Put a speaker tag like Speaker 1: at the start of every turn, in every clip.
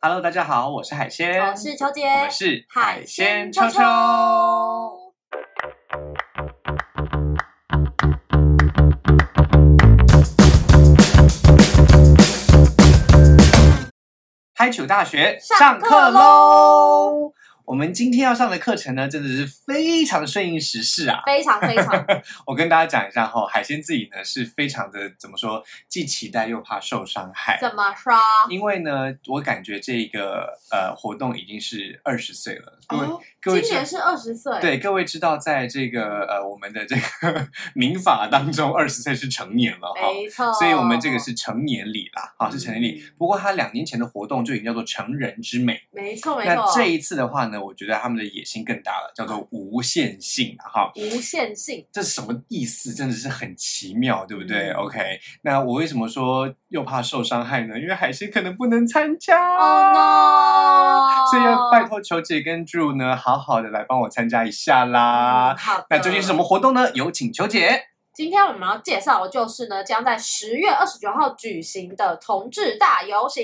Speaker 1: Hello，大家好，我是海鲜，
Speaker 2: 我是秋姐，
Speaker 1: 哎我们是
Speaker 2: 海鲜秋秋。
Speaker 1: 开球大学
Speaker 2: 上课喽！
Speaker 1: 我们今天要上的课程呢，真的是非常顺应时事啊！
Speaker 2: 非常 非常
Speaker 1: 我跟大家讲一下哈、海鲜自己呢是非常的怎么说，既期待又怕受伤害。
Speaker 2: 怎么说？
Speaker 1: 因为呢，我感觉这个呃活动已经是二十岁了，各位、
Speaker 2: 哦
Speaker 1: 各位
Speaker 2: 今
Speaker 1: 知
Speaker 2: 年是二十岁，，
Speaker 1: 对各位知道，在这个呃我们的这个 民法当中，二十岁是成年了哈、
Speaker 2: 没错。
Speaker 1: 哦所以我们这个是成年礼啦，啊是成年礼
Speaker 2: 嗯。
Speaker 1: 不过他两年前的活动就已经叫做成人之美，
Speaker 2: 没错没
Speaker 1: 那
Speaker 2: 错，
Speaker 1: 这一次的话呢，我觉得他们的野心更大了，叫做无限性啊哈。
Speaker 2: 无限性，
Speaker 1: 这是什么意思？真的是很奇妙，对不对、
Speaker 2: 嗯
Speaker 1: o k 那我为什么说又怕受伤害呢？因为海星可能不能参加
Speaker 2: Oh no！
Speaker 1: 所以要拜托球姐跟 Drew 呢，好好的来帮我参加一下啦。
Speaker 2: 嗯好的，
Speaker 1: 啊那究竟是什么？活动呢？有请球姐。
Speaker 2: 今天我们要介绍的就是呢，将在十月二十九号举行的同志大 游行。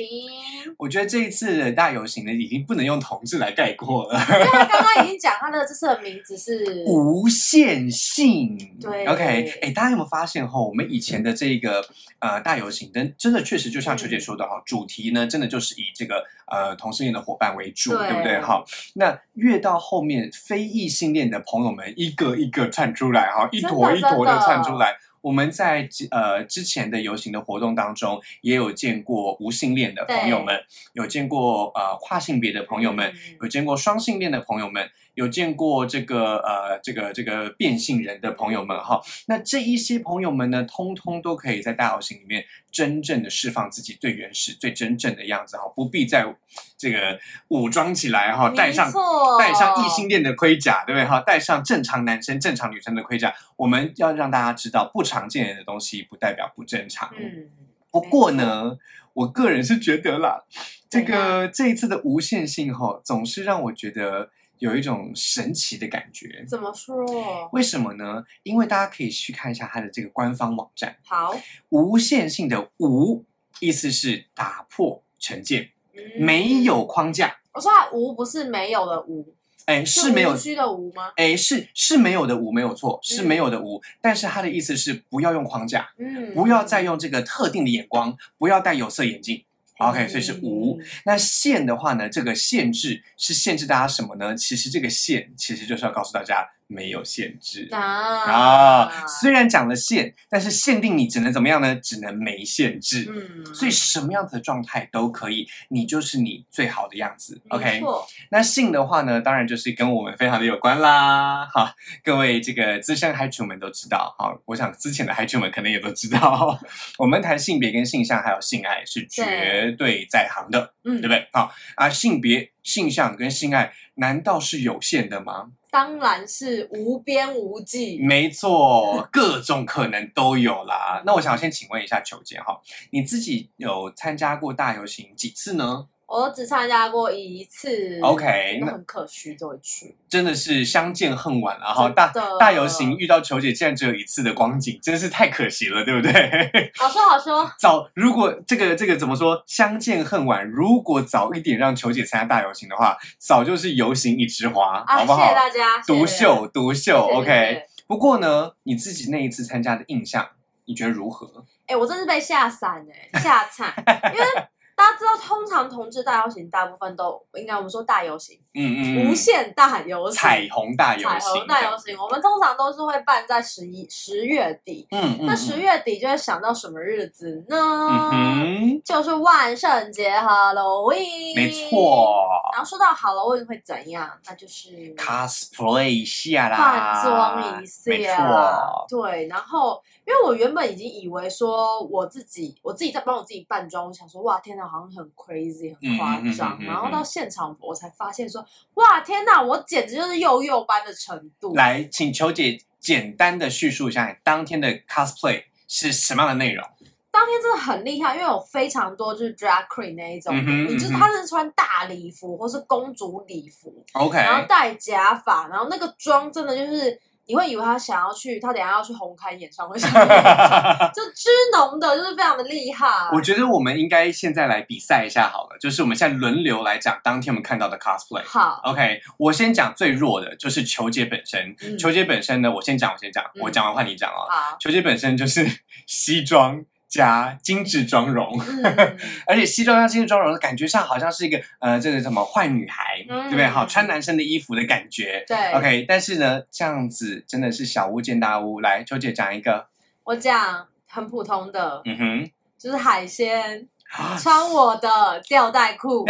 Speaker 1: 我觉得这一次的大游行呢，已经不能用同志来概括了，
Speaker 2: 因为他刚刚已经讲他的这次的名字是
Speaker 1: 无限性。
Speaker 2: 对
Speaker 1: ，OK，哎，大家有没有发现哈、我们以前的这个呃大游行，真真的确实就像球姐说的哈、主题呢，真的就是以这个呃同性恋的伙伴为主，
Speaker 2: 对
Speaker 1: 对不对？哈，那越到后面，非异性恋的朋友们一个一个窜出来哈，一坨一坨
Speaker 2: 真
Speaker 1: 的
Speaker 2: 的
Speaker 1: 窜出来。我们在呃之前的游行的活动当中，也有见过无性恋的朋友们，有见过呃跨性别的朋友们，
Speaker 2: 嗯
Speaker 1: 有见过双性恋的朋友们，有见过这个呃这个这个变性人的朋友们哈。那这一些朋友们呢，通通都可以在大游行里面真正的释放自己最原始、最真正的样子哈，不必再这个武装起来哈，戴上
Speaker 2: 没错
Speaker 1: 戴上异性恋的盔甲，对不对哈？戴上正常男生、正常女生的盔甲，我们要让大家知道，不常见人的东西不代表不正常。
Speaker 2: 嗯，
Speaker 1: 不过呢，我个人是觉得啦，这
Speaker 2: 啊
Speaker 1: 个这一次的无限性哈、总是让我觉得有一种神奇的感觉。
Speaker 2: 怎么说？
Speaker 1: 为什么呢？因为大家可以去看一下它的这个官方网站，
Speaker 2: 好，
Speaker 1: 无限性的无意思是打破成见，
Speaker 2: 嗯
Speaker 1: 没有。框架，
Speaker 2: 我说它无不是没有的无，
Speaker 1: 哎，是没有
Speaker 2: 无需的无吗？
Speaker 1: 哎，是是没有的无，没有错，是没有的无。但是他的意思是不要用框架，
Speaker 2: 嗯，
Speaker 1: 不要再用这个特定的眼光，不要戴有色眼镜。OK，所以是无。
Speaker 2: 嗯。
Speaker 1: 那限的话呢，这个限制是限制大家什么呢？其实这个限其实就是要告诉大家没有限制。
Speaker 2: 啊
Speaker 1: 啊，虽然讲了限，但是限定你只能怎么样呢？只能没限制。
Speaker 2: 嗯，
Speaker 1: 所以什么样子的状态都可以，你就是你最好的样子。OK，
Speaker 2: 没错，
Speaker 1: 那性的话呢，当然就是跟我们非常的有关啦。哈，各位这个资深嗨主们都知道，哈，我想之前的嗨主们可能也都知道， 我们谈性别跟性向还有性爱是绝对在行的，
Speaker 2: 嗯，
Speaker 1: 对不？对？好啊，性别、性向跟性爱难道是有限的吗？
Speaker 2: 当然是无边无际。
Speaker 1: 没错，各种可能都有啦。那我想先请问一下球姐哈，你自己有参加过大游行几次呢？
Speaker 2: 我只参加过一次
Speaker 1: OK，
Speaker 2: 嗯真
Speaker 1: 那
Speaker 2: 的很可惜，这一去。
Speaker 1: 真的是相见恨晚了哈，
Speaker 2: 真的
Speaker 1: 大大游行遇到球姐竟然只有一次的光景，真是太可惜了，对不对？
Speaker 2: 好说好说，
Speaker 1: 早如果这个这个怎么说，相见恨晚，如果早一点让球姐参加大游行的话，早就是游行一枝花，
Speaker 2: 啊，
Speaker 1: 好
Speaker 2: 谢
Speaker 1: 不好
Speaker 2: 谢？大家，谢谢
Speaker 1: 独
Speaker 2: 大家
Speaker 1: 秀独秀
Speaker 2: 谢谢谢
Speaker 1: ，OK
Speaker 2: 谢。
Speaker 1: 不过呢，你自己那一次参加的印象，你觉得如何？
Speaker 2: 哎、我真是被吓散哎，吓 惨！因为大家知道，通常同志大游行大部分都应该我们说大游行，
Speaker 1: 嗯嗯，
Speaker 2: 无
Speaker 1: 嗯，
Speaker 2: 限大游行、
Speaker 1: 彩虹大游
Speaker 2: 彩
Speaker 1: 行，
Speaker 2: 虹大游行，我们通常都是会办在十一十月底。
Speaker 1: 嗯，嗯嗯，
Speaker 2: 那十月底就会想到什么日子呢？
Speaker 1: 嗯哼，
Speaker 2: 就是万圣节 Halloween。
Speaker 1: 没。错
Speaker 2: 然后说到 Halloween 会怎样？那就是
Speaker 1: ，cosplay 一下啦，
Speaker 2: 换装一
Speaker 1: 没
Speaker 2: 下
Speaker 1: 错。，
Speaker 2: 对，然后因为我原本已经以为说我自己我自己在帮我自己扮装，我想说哇天哪，好像很 crazy 很夸张，
Speaker 1: 嗯嗯嗯嗯嗯嗯
Speaker 2: 然后到现场我才发现说哇天哪，我简直就是幼幼班的程度。
Speaker 1: 来，请球姐简单的叙述一下你当天的 cosplay 是什么样的内容。
Speaker 2: 当天真的很厉害，因为有非常多就是 drag queen 那一种，
Speaker 1: 嗯哼
Speaker 2: 你就
Speaker 1: 嗯
Speaker 2: 是
Speaker 1: 哼
Speaker 2: 他是穿大礼服或是公主礼服，
Speaker 1: OK，
Speaker 2: 然后戴假发，然后那个妆真的就是。你你会以为他想要去，他等一下要去红磡演唱会，上面演唱 就支农的，就是非常的厉害。
Speaker 1: 我觉得我们应该现在来比赛一下好了，就是我们现在轮流来讲当天我们看到的 cosplay。
Speaker 2: 好，
Speaker 1: OK，我先讲最弱的，就是球姐本身。
Speaker 2: 嗯
Speaker 1: 球姐本身呢，我先讲，我先讲，
Speaker 2: 嗯
Speaker 1: 我讲完换你讲哦。
Speaker 2: 好，
Speaker 1: 球姐本身就是西装加精致妆容，
Speaker 2: 嗯，
Speaker 1: 而且西装加精致妆容的感觉上好像是一个呃，这个什么坏女孩，
Speaker 2: 嗯
Speaker 1: 对不对？好，穿男生的衣服的感觉。
Speaker 2: 对
Speaker 1: OK，但是呢，这样子真的是小巫见大巫。来，球姐讲一个，
Speaker 2: 我讲很普通的，
Speaker 1: 嗯哼。
Speaker 2: 就是海鲜，穿我的吊带 裤，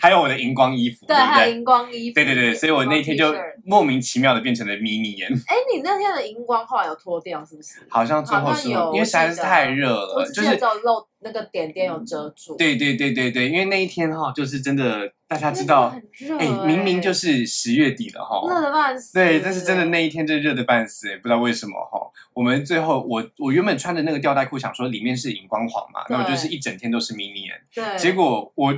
Speaker 1: 还有我的荧光衣服，对
Speaker 2: 对，
Speaker 1: 不
Speaker 2: 还有
Speaker 1: 对？
Speaker 2: 荧光衣服，
Speaker 1: 对对对，所以我那天就
Speaker 2: 荧光 T 恤
Speaker 1: 莫名其妙的变成了迷你眼，
Speaker 2: 哎，你那天的荧光后来有脱掉是不是？
Speaker 1: 好像最后
Speaker 2: 好
Speaker 1: 是
Speaker 2: 像
Speaker 1: 因
Speaker 2: 有
Speaker 1: 为实在是太热
Speaker 2: 我
Speaker 1: 了，
Speaker 2: 只
Speaker 1: 呃就
Speaker 2: 记得
Speaker 1: 是嗯
Speaker 2: 只有露那个点点有遮住。
Speaker 1: 对对对对对，因为那一天哈，就是真的大家
Speaker 2: 因为
Speaker 1: 知
Speaker 2: 真的
Speaker 1: 道，
Speaker 2: 很热
Speaker 1: 哎
Speaker 2: 欸，，
Speaker 1: 明明就是十月底了
Speaker 2: 热
Speaker 1: 哈。
Speaker 2: 的半死。欸
Speaker 1: 对，但是真的那一天真的热的半死，也不知道为什么哈。我们最后我我原本穿的那个吊带裤，想说里面是荧光黄嘛，那我
Speaker 2: 对
Speaker 1: 就是一整天都是迷你眼，
Speaker 2: 对，
Speaker 1: 结果我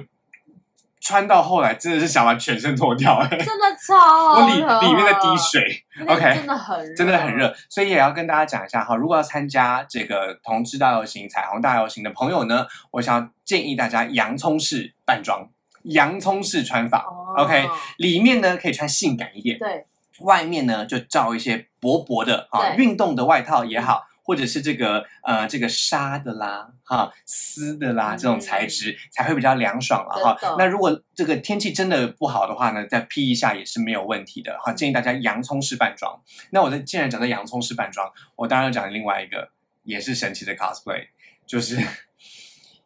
Speaker 1: 穿到后来真的是想把全身脱掉，哎，
Speaker 2: 真的超
Speaker 1: 我里
Speaker 2: 热
Speaker 1: 里面在滴水，
Speaker 2: 那天
Speaker 1: OK
Speaker 2: 真的很热
Speaker 1: 真的很。热，所以也要跟大家讲一下哈，如果要参加这个同志大游行、彩虹大游行的朋友呢，我想要建议大家洋葱式扮装，洋葱式穿法。
Speaker 2: 哦
Speaker 1: OK 里面呢可以穿性感一点，
Speaker 2: 对，
Speaker 1: 外面呢就罩一些薄薄的啊，
Speaker 2: 对嗯
Speaker 1: 运动的外套也好，或者是这个呃这个纱的啦哈、丝的啦
Speaker 2: 嗯
Speaker 1: 这种材质才会比较凉爽了哈、
Speaker 2: 真的
Speaker 1: 那如果这个天气真的不好的话呢，再披一下也是没有问题的哈、
Speaker 2: 嗯
Speaker 1: 建议大家洋葱式扮装。那我在既然讲到洋葱式扮装，我当然要讲另外一个也是神奇的 cosplay，就是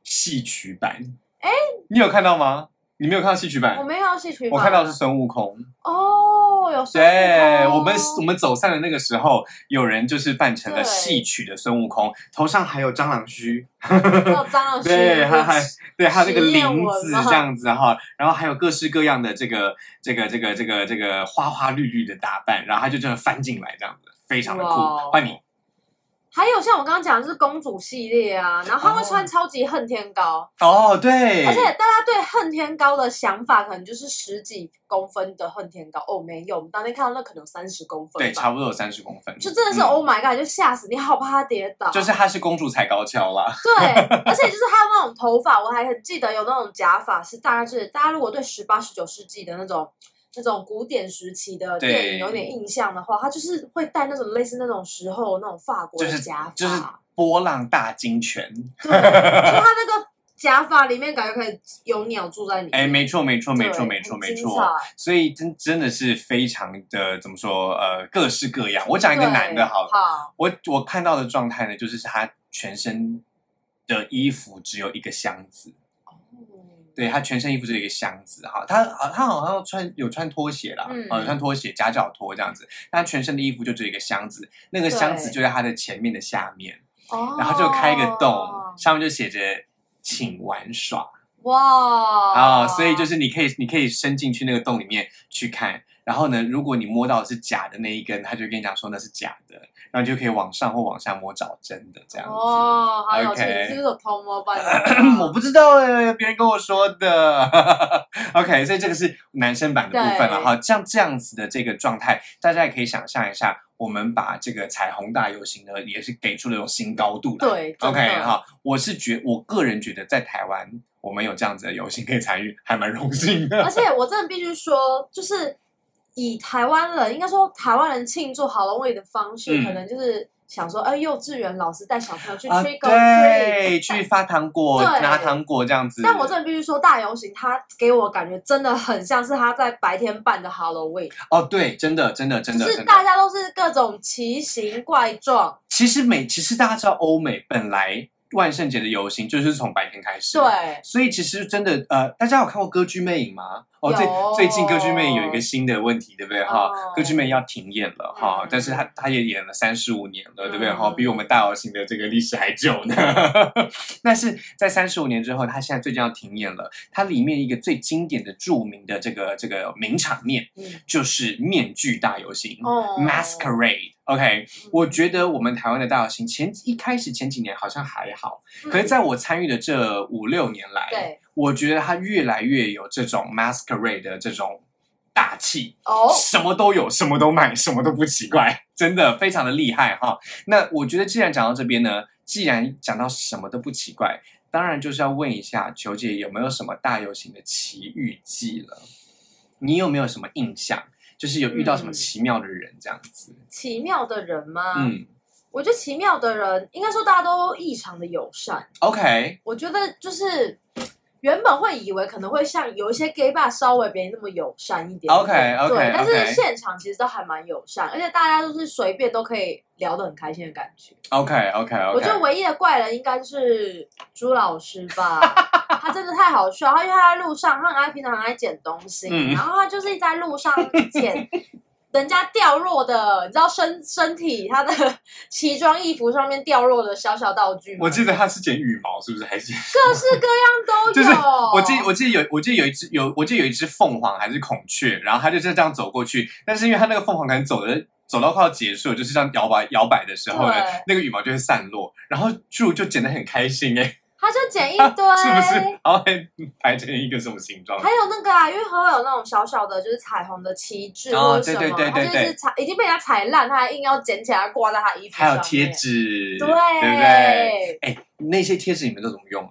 Speaker 1: 戏曲版。
Speaker 2: 哎
Speaker 1: 你有看到吗？你没有看到戏曲版
Speaker 2: 我？没有要戏曲版，
Speaker 1: 我看到的是孙悟空。
Speaker 2: 哦，有孙悟
Speaker 1: 对，
Speaker 2: 空
Speaker 1: 我们我们走散的那个时候，有人就是扮成了
Speaker 2: 对
Speaker 1: 戏曲的孙悟空，头上还有蟑螂须，
Speaker 2: 还有蟑螂须，
Speaker 1: 对，还还对，还有那个
Speaker 2: 实验
Speaker 1: 翎
Speaker 2: 文
Speaker 1: 子
Speaker 2: 吗
Speaker 1: 这样子哈，然后还有各式各样的这个这个这个这个这个花花绿绿的打扮，然后他就这样翻进来这样子，非常的酷
Speaker 2: 哇哦。
Speaker 1: 换你，
Speaker 2: 还有像我刚刚讲的就是公主系列啊，然后她会
Speaker 1: 哦
Speaker 2: 穿超级恨天高，
Speaker 1: 哦，对，
Speaker 2: 而且大家对恨天高的想法可能就是十几公分的恨天高哦，没有，我们当天看到那可能有三十公分吧，
Speaker 1: 对，差不多有三十公分，
Speaker 2: 就真的是
Speaker 1: 嗯
Speaker 2: Oh my God，就吓死你，好怕她跌倒，
Speaker 1: 就是她是公主踩高跷啦，
Speaker 2: 对，而且就是还有那种头发，我还很记得有那种假发，是大家就是大家如果对十八、十九世纪的那种那种古典时期的
Speaker 1: 对
Speaker 2: 电影有点印象的话，他就是会戴那种类似那种时候那种法国
Speaker 1: 就
Speaker 2: 的
Speaker 1: 是
Speaker 2: 假发，
Speaker 1: 就是 波浪大金拳，
Speaker 2: 对，就是他那个假发里面感觉可以有鸟住在里面，
Speaker 1: 哎，没错，没错，没错，
Speaker 2: 对
Speaker 1: 没错，
Speaker 2: 很
Speaker 1: 没
Speaker 2: 精
Speaker 1: 错。
Speaker 2: 彩
Speaker 1: 所以真真的是非常的怎么说呃各式各样。我讲一个
Speaker 2: 对
Speaker 1: 男的好了，
Speaker 2: 好，
Speaker 1: 我我看到的状态呢，就是他全身的衣服只有一个箱子，
Speaker 2: 嗯
Speaker 1: 对他全身衣服只有一个箱子哈，他啊他好像穿有穿拖鞋啦，
Speaker 2: 嗯
Speaker 1: 啊有穿拖鞋夹脚拖这样子，但他全身的衣服就只有一个箱子，那个
Speaker 2: 对
Speaker 1: 箱子就在他的前面的下面，
Speaker 2: 哦，
Speaker 1: 然后就开一个洞，上面就写着请玩耍。
Speaker 2: 哇
Speaker 1: 啊、所以就是你可以，你可以伸进去那个洞里面去看。然后呢，如果你摸到的是假的那一根，他就跟你讲说那是假的，然后你就可以往上或往下摸找真的这样子。
Speaker 2: 哦，好有趣，
Speaker 1: OK
Speaker 2: 你是不是有偷摸吧？
Speaker 1: 我不知道哎、别人跟我说的。OK，所以这个是男生版的部分了
Speaker 2: 对
Speaker 1: 哈。像这样子的这个状态，大家也可以想象一下，我们把这个彩虹大游行呢，也是给出了一种新高度了。
Speaker 2: 对真的
Speaker 1: ，OK 哈，我是觉，我个人觉得在台湾，我们有这样子的游行可以参与，还蛮荣幸的。
Speaker 2: 而且我真的必须说，就是以台湾人，应该说台湾人庆祝好 a l 的方式，
Speaker 1: 嗯
Speaker 2: 可能就是想说，哎、幼稚园老师带小朋友去
Speaker 1: 啊，
Speaker 2: trick or treat、
Speaker 1: 对，去发糖果、
Speaker 2: 对
Speaker 1: 拿糖果这样子。
Speaker 2: 但我真的必须说，大游行它给我感觉真的很像是他在白天办的 Halloween，
Speaker 1: 哦，对，真的，真的，真
Speaker 2: 就
Speaker 1: 的，
Speaker 2: 是
Speaker 1: 真
Speaker 2: 大
Speaker 1: 的。
Speaker 2: 家都是各种奇形怪状，
Speaker 1: 其实美，其实大家知道，欧美本来万圣节的游行就是从白天开始。。
Speaker 2: 对，
Speaker 1: 所以其实真的，呃，大家有看过《歌剧魅影》吗？哦，最
Speaker 2: 有
Speaker 1: 最近《歌剧魅影》有一个新的问题，对不对哈？
Speaker 2: 哦
Speaker 1: 歌剧魅影》要停演了哈，
Speaker 2: 嗯
Speaker 1: 但是他他也演了三十五年了，对不对哈？
Speaker 2: 嗯
Speaker 1: 比我们大游行的这个历史还久呢。 但是在三十五年之后，他现在最近要停演了。它里面一个最经典的、著名的这个这个名场面，
Speaker 2: 嗯，
Speaker 1: 就是面具大游行、
Speaker 2: 哦
Speaker 1: （Masquerade）。OK，
Speaker 2: 嗯
Speaker 1: 我觉得我们台湾的大游行前一开始前几年好像还好，可是在我参与的这五六年来，
Speaker 2: 嗯对
Speaker 1: 我觉得它越来越有这种 Masquerade 的这种。大气，
Speaker 2: 哦，
Speaker 1: 什么都有，什么都卖，什么都不奇怪，真的非常的厉害哈。那我觉得既然讲到这边呢，既然讲到什么都不奇怪，当然就是要问一下球姐有没有什么大游行的奇遇记了？你有没有什么印象？就是有遇到什么
Speaker 2: 嗯啊
Speaker 1: 奇妙的人这样子？
Speaker 2: 奇妙的人吗？
Speaker 1: 嗯
Speaker 2: 我觉得奇妙的人，应该说大家都异常的友善。
Speaker 1: ，OK，
Speaker 2: 我觉得就是原本会以为可能会像有一些 gay bar 稍微没那么友善一点
Speaker 1: OK，OK，
Speaker 2: 对，但
Speaker 1: OK
Speaker 2: 是现场其实都还蛮友善，而且大家都是随便都可以聊得很开心的感觉。
Speaker 1: OK OK OK，
Speaker 2: 我觉得唯一的怪人应该是朱老师 吧，他真的太好笑。他因为他在路上，他很爱平常很爱捡东西，
Speaker 1: 嗯
Speaker 2: 然后他就是一直在路上 捡人家掉落的，你知道身身体他的奇装异服上面掉落的小小道具吗？
Speaker 1: 我记得他是剪羽毛，是不是？还是
Speaker 2: 各式各样都有。
Speaker 1: 就是我
Speaker 2: 哦
Speaker 1: 记我记得有我记得有一只有我记得有一只凤凰还是孔雀，然后它就是这样走过去，但是因为它那个凤凰可能走的走到快要结束，就是这样摇摆摇摆的时候呢
Speaker 2: 对，
Speaker 1: 那个羽毛就会散落，然后柱就剪得很开心哎、
Speaker 2: 他就捡一堆，
Speaker 1: 是不是？然后还 排成一个什么形状？
Speaker 2: 还有那个啊，因为还会有那种小小的，就是彩虹的旗帜
Speaker 1: 哦
Speaker 2: 或者什么，
Speaker 1: 对对对对
Speaker 2: 他就
Speaker 1: 对
Speaker 2: 是踩已经被人家踩烂，他还硬要捡起来挂在他衣服
Speaker 1: 还
Speaker 2: 上面。
Speaker 1: 有贴纸，对
Speaker 2: 对，
Speaker 1: 不对？哎，那些贴纸你们都怎么用啊？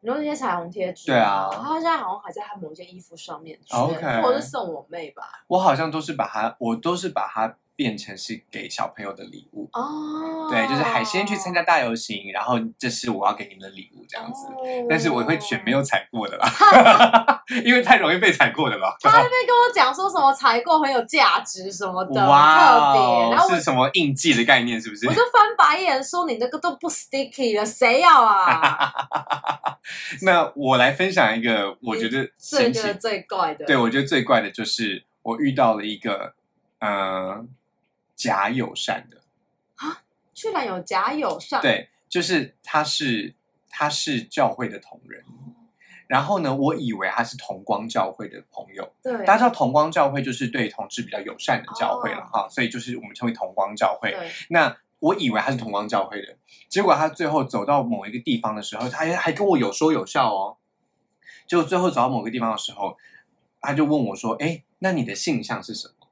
Speaker 2: 你说那些彩虹贴纸，
Speaker 1: 对啊
Speaker 2: 他现在好像还在他某件衣服上面之类
Speaker 1: OK
Speaker 2: 的，或者是送我妹吧。
Speaker 1: 我好像都是把它，我都是把它变成是给小朋友的礼物。
Speaker 2: 哦，
Speaker 1: 对，就是海鲜去参加大游行，然后这是我要给你们的礼物这样子。
Speaker 2: 哦
Speaker 1: 但是我会选没。有踩过的啦， 因为太容易被踩过的了。
Speaker 2: 他那边跟我讲说什么采购很有价值什么的，
Speaker 1: 哇
Speaker 2: 特别，
Speaker 1: 哦，
Speaker 2: 然后我
Speaker 1: 是什么印记的概念？是不是
Speaker 2: 我？就翻白眼说你那个都不 sticky 了，谁要 啊？
Speaker 1: 那我来分享一个我觉得
Speaker 2: 最
Speaker 1: 神奇
Speaker 2: 觉得，最怪的，
Speaker 1: 对我觉得最怪的就是我遇到了一个呃假友善的，
Speaker 2: 居然有假友善，，
Speaker 1: 对，就是他是他是教会的同人，然后呢，我以为他是同光教会的朋友，
Speaker 2: 对，
Speaker 1: 大家知道同光教会就是对同志比较友善的教会了
Speaker 2: 哦
Speaker 1: 哈、所以就是我们称为同光教会。
Speaker 2: 对，
Speaker 1: 那我以为他是同光教会的，结果他最后走到某一个地方的时候，他还还跟我有说有笑哦。结果最后走到某个地方的时候，他就问我说：“哎，那你的性向是什么？”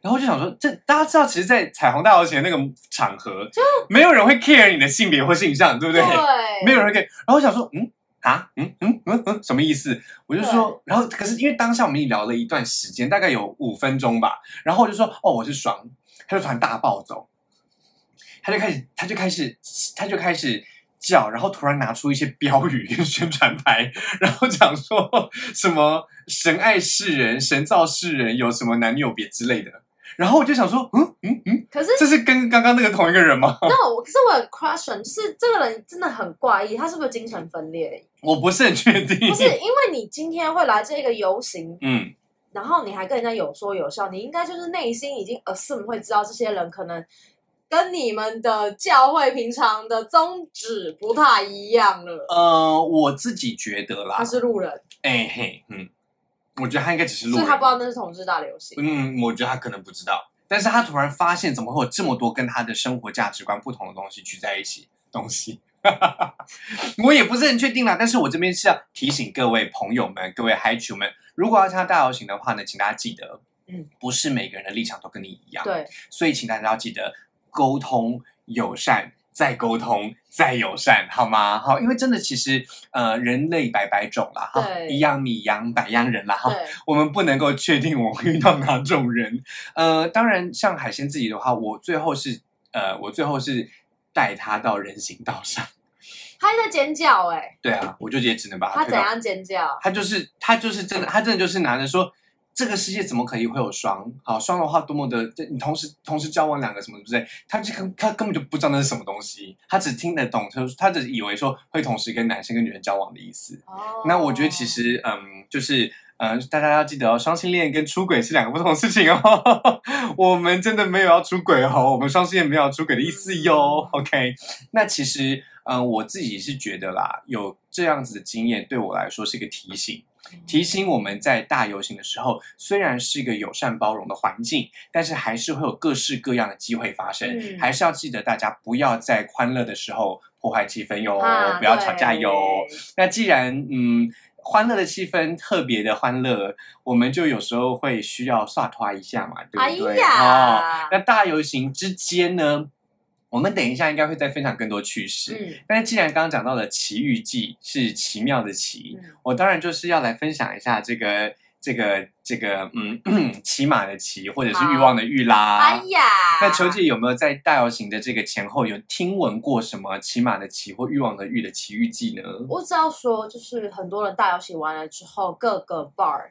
Speaker 1: 然后我就想说，这大家知道，其实，在彩虹大游行的那个场合，就没有人会 care 你的性别或性向，对不对？
Speaker 2: 对
Speaker 1: 没有人会 care。然后我想说，嗯啊，嗯嗯嗯嗯，什么意思？我就说，然后可是因为当下我们已经聊了一段时间，大概有五分钟吧，然后我就说，哦，我是爽，他就突然大暴走，他就开始，他就开始，他就开始。叫，然后突然拿出一些标语跟宣传牌，然后讲说什么“神爱世人，神造世人”，有什么男女有别之类的。然后我就想说，嗯嗯嗯，
Speaker 2: 可是
Speaker 1: 这是跟刚刚那个同一个人吗？
Speaker 2: 那我可是我很 question，就是这个人真的很怪异，他是不是精神分裂？
Speaker 1: 我不是很确定。
Speaker 2: 不是，因为你今天会来这个游行，
Speaker 1: 嗯，
Speaker 2: 然后你还跟人家有说有笑，你应该就是内心已经 assume 会知道这些人可能跟你们的教会平常的宗旨不太一样了。
Speaker 1: 呃，我自己觉得啦
Speaker 2: 他，是路人，
Speaker 1: 哎、嘿，嗯，我觉得他应该只是路
Speaker 2: 所以
Speaker 1: 人，
Speaker 2: 他不知道那是同志大流行。
Speaker 1: 嗯，我觉得他可能不知道，但是他突然发现怎么会有这么多跟他的生活价值观不同的东西聚在一起东西。 我也不是很确定啦，但是我这边是要提醒各位朋友们、各位嗨球们，如果要参加大游行的话呢，请大家记得，
Speaker 2: 嗯，
Speaker 1: 不是每个人的立场都跟你一样，
Speaker 2: 对，
Speaker 1: 所以请大家要记得沟通友善，再沟通，再友善，好吗？好，因为真的其实呃，人类百百种啦，哈，
Speaker 2: 对
Speaker 1: 一样米养百样人啦，哈。
Speaker 2: 对，
Speaker 1: 我们不能够确定我会遇到哪种人，呃，当然像海鲜自己的话，我最后是呃，我最后是带他到人行道上，
Speaker 2: 他还在尖叫哎、
Speaker 1: 对啊，我就也只能把
Speaker 2: 他
Speaker 1: 他推
Speaker 2: 怎
Speaker 1: 到，
Speaker 2: 样尖叫？
Speaker 1: 他就是他就是真的，他真的就是拿着说。这个世界怎么可以会有双？好，双的话多么的，这你同时同时交往两个什么之类，他这根他根本就不知道那是什么东西，他只听得懂，他他只以为说会同时跟男生跟女人交往的意思。
Speaker 2: 哦
Speaker 1: 那我觉得其实，嗯，就是，嗯、大家要记得哦，双性恋跟出轨是两个不同的事情哦。 我们真的没有要出轨哦，我们双性恋没有要出轨的意思哟。OK，那其实，嗯、我自己是觉得啦，有这样子的经验对我来说是一个提醒，提醒我们在大游行的时候，虽然是一个友善包容的环境，但是还是会有各式各样的机会发生，
Speaker 2: 嗯
Speaker 1: 还是要记得大家不要在哦欢乐的时候破坏气氛哟，
Speaker 2: 啊
Speaker 1: 不要吵架哟。
Speaker 2: 对
Speaker 1: 那既然嗯欢乐的气氛特别的欢乐，我们就有时候会需要刷团一下嘛，
Speaker 2: 哎
Speaker 1: 对不对？哦，
Speaker 2: 呀，
Speaker 1: 那大游行之间呢，我们等一下应该会再分享更多趣事。
Speaker 2: 嗯
Speaker 1: 但是既然刚刚讲到了奇遇记是奇妙的奇，
Speaker 2: 嗯
Speaker 1: 我当然就是要来分享一下这个这个这个嗯骑马的骑，或者是欲望的欲
Speaker 2: 哎
Speaker 1: 啦。
Speaker 2: 呀，
Speaker 1: 啊那球姐有没有在大游行的这个前后有听闻过什么骑马的骑或欲望的欲的奇遇记呢？
Speaker 2: 我只要说，就是很多人大游戏完了之后，各个 bar，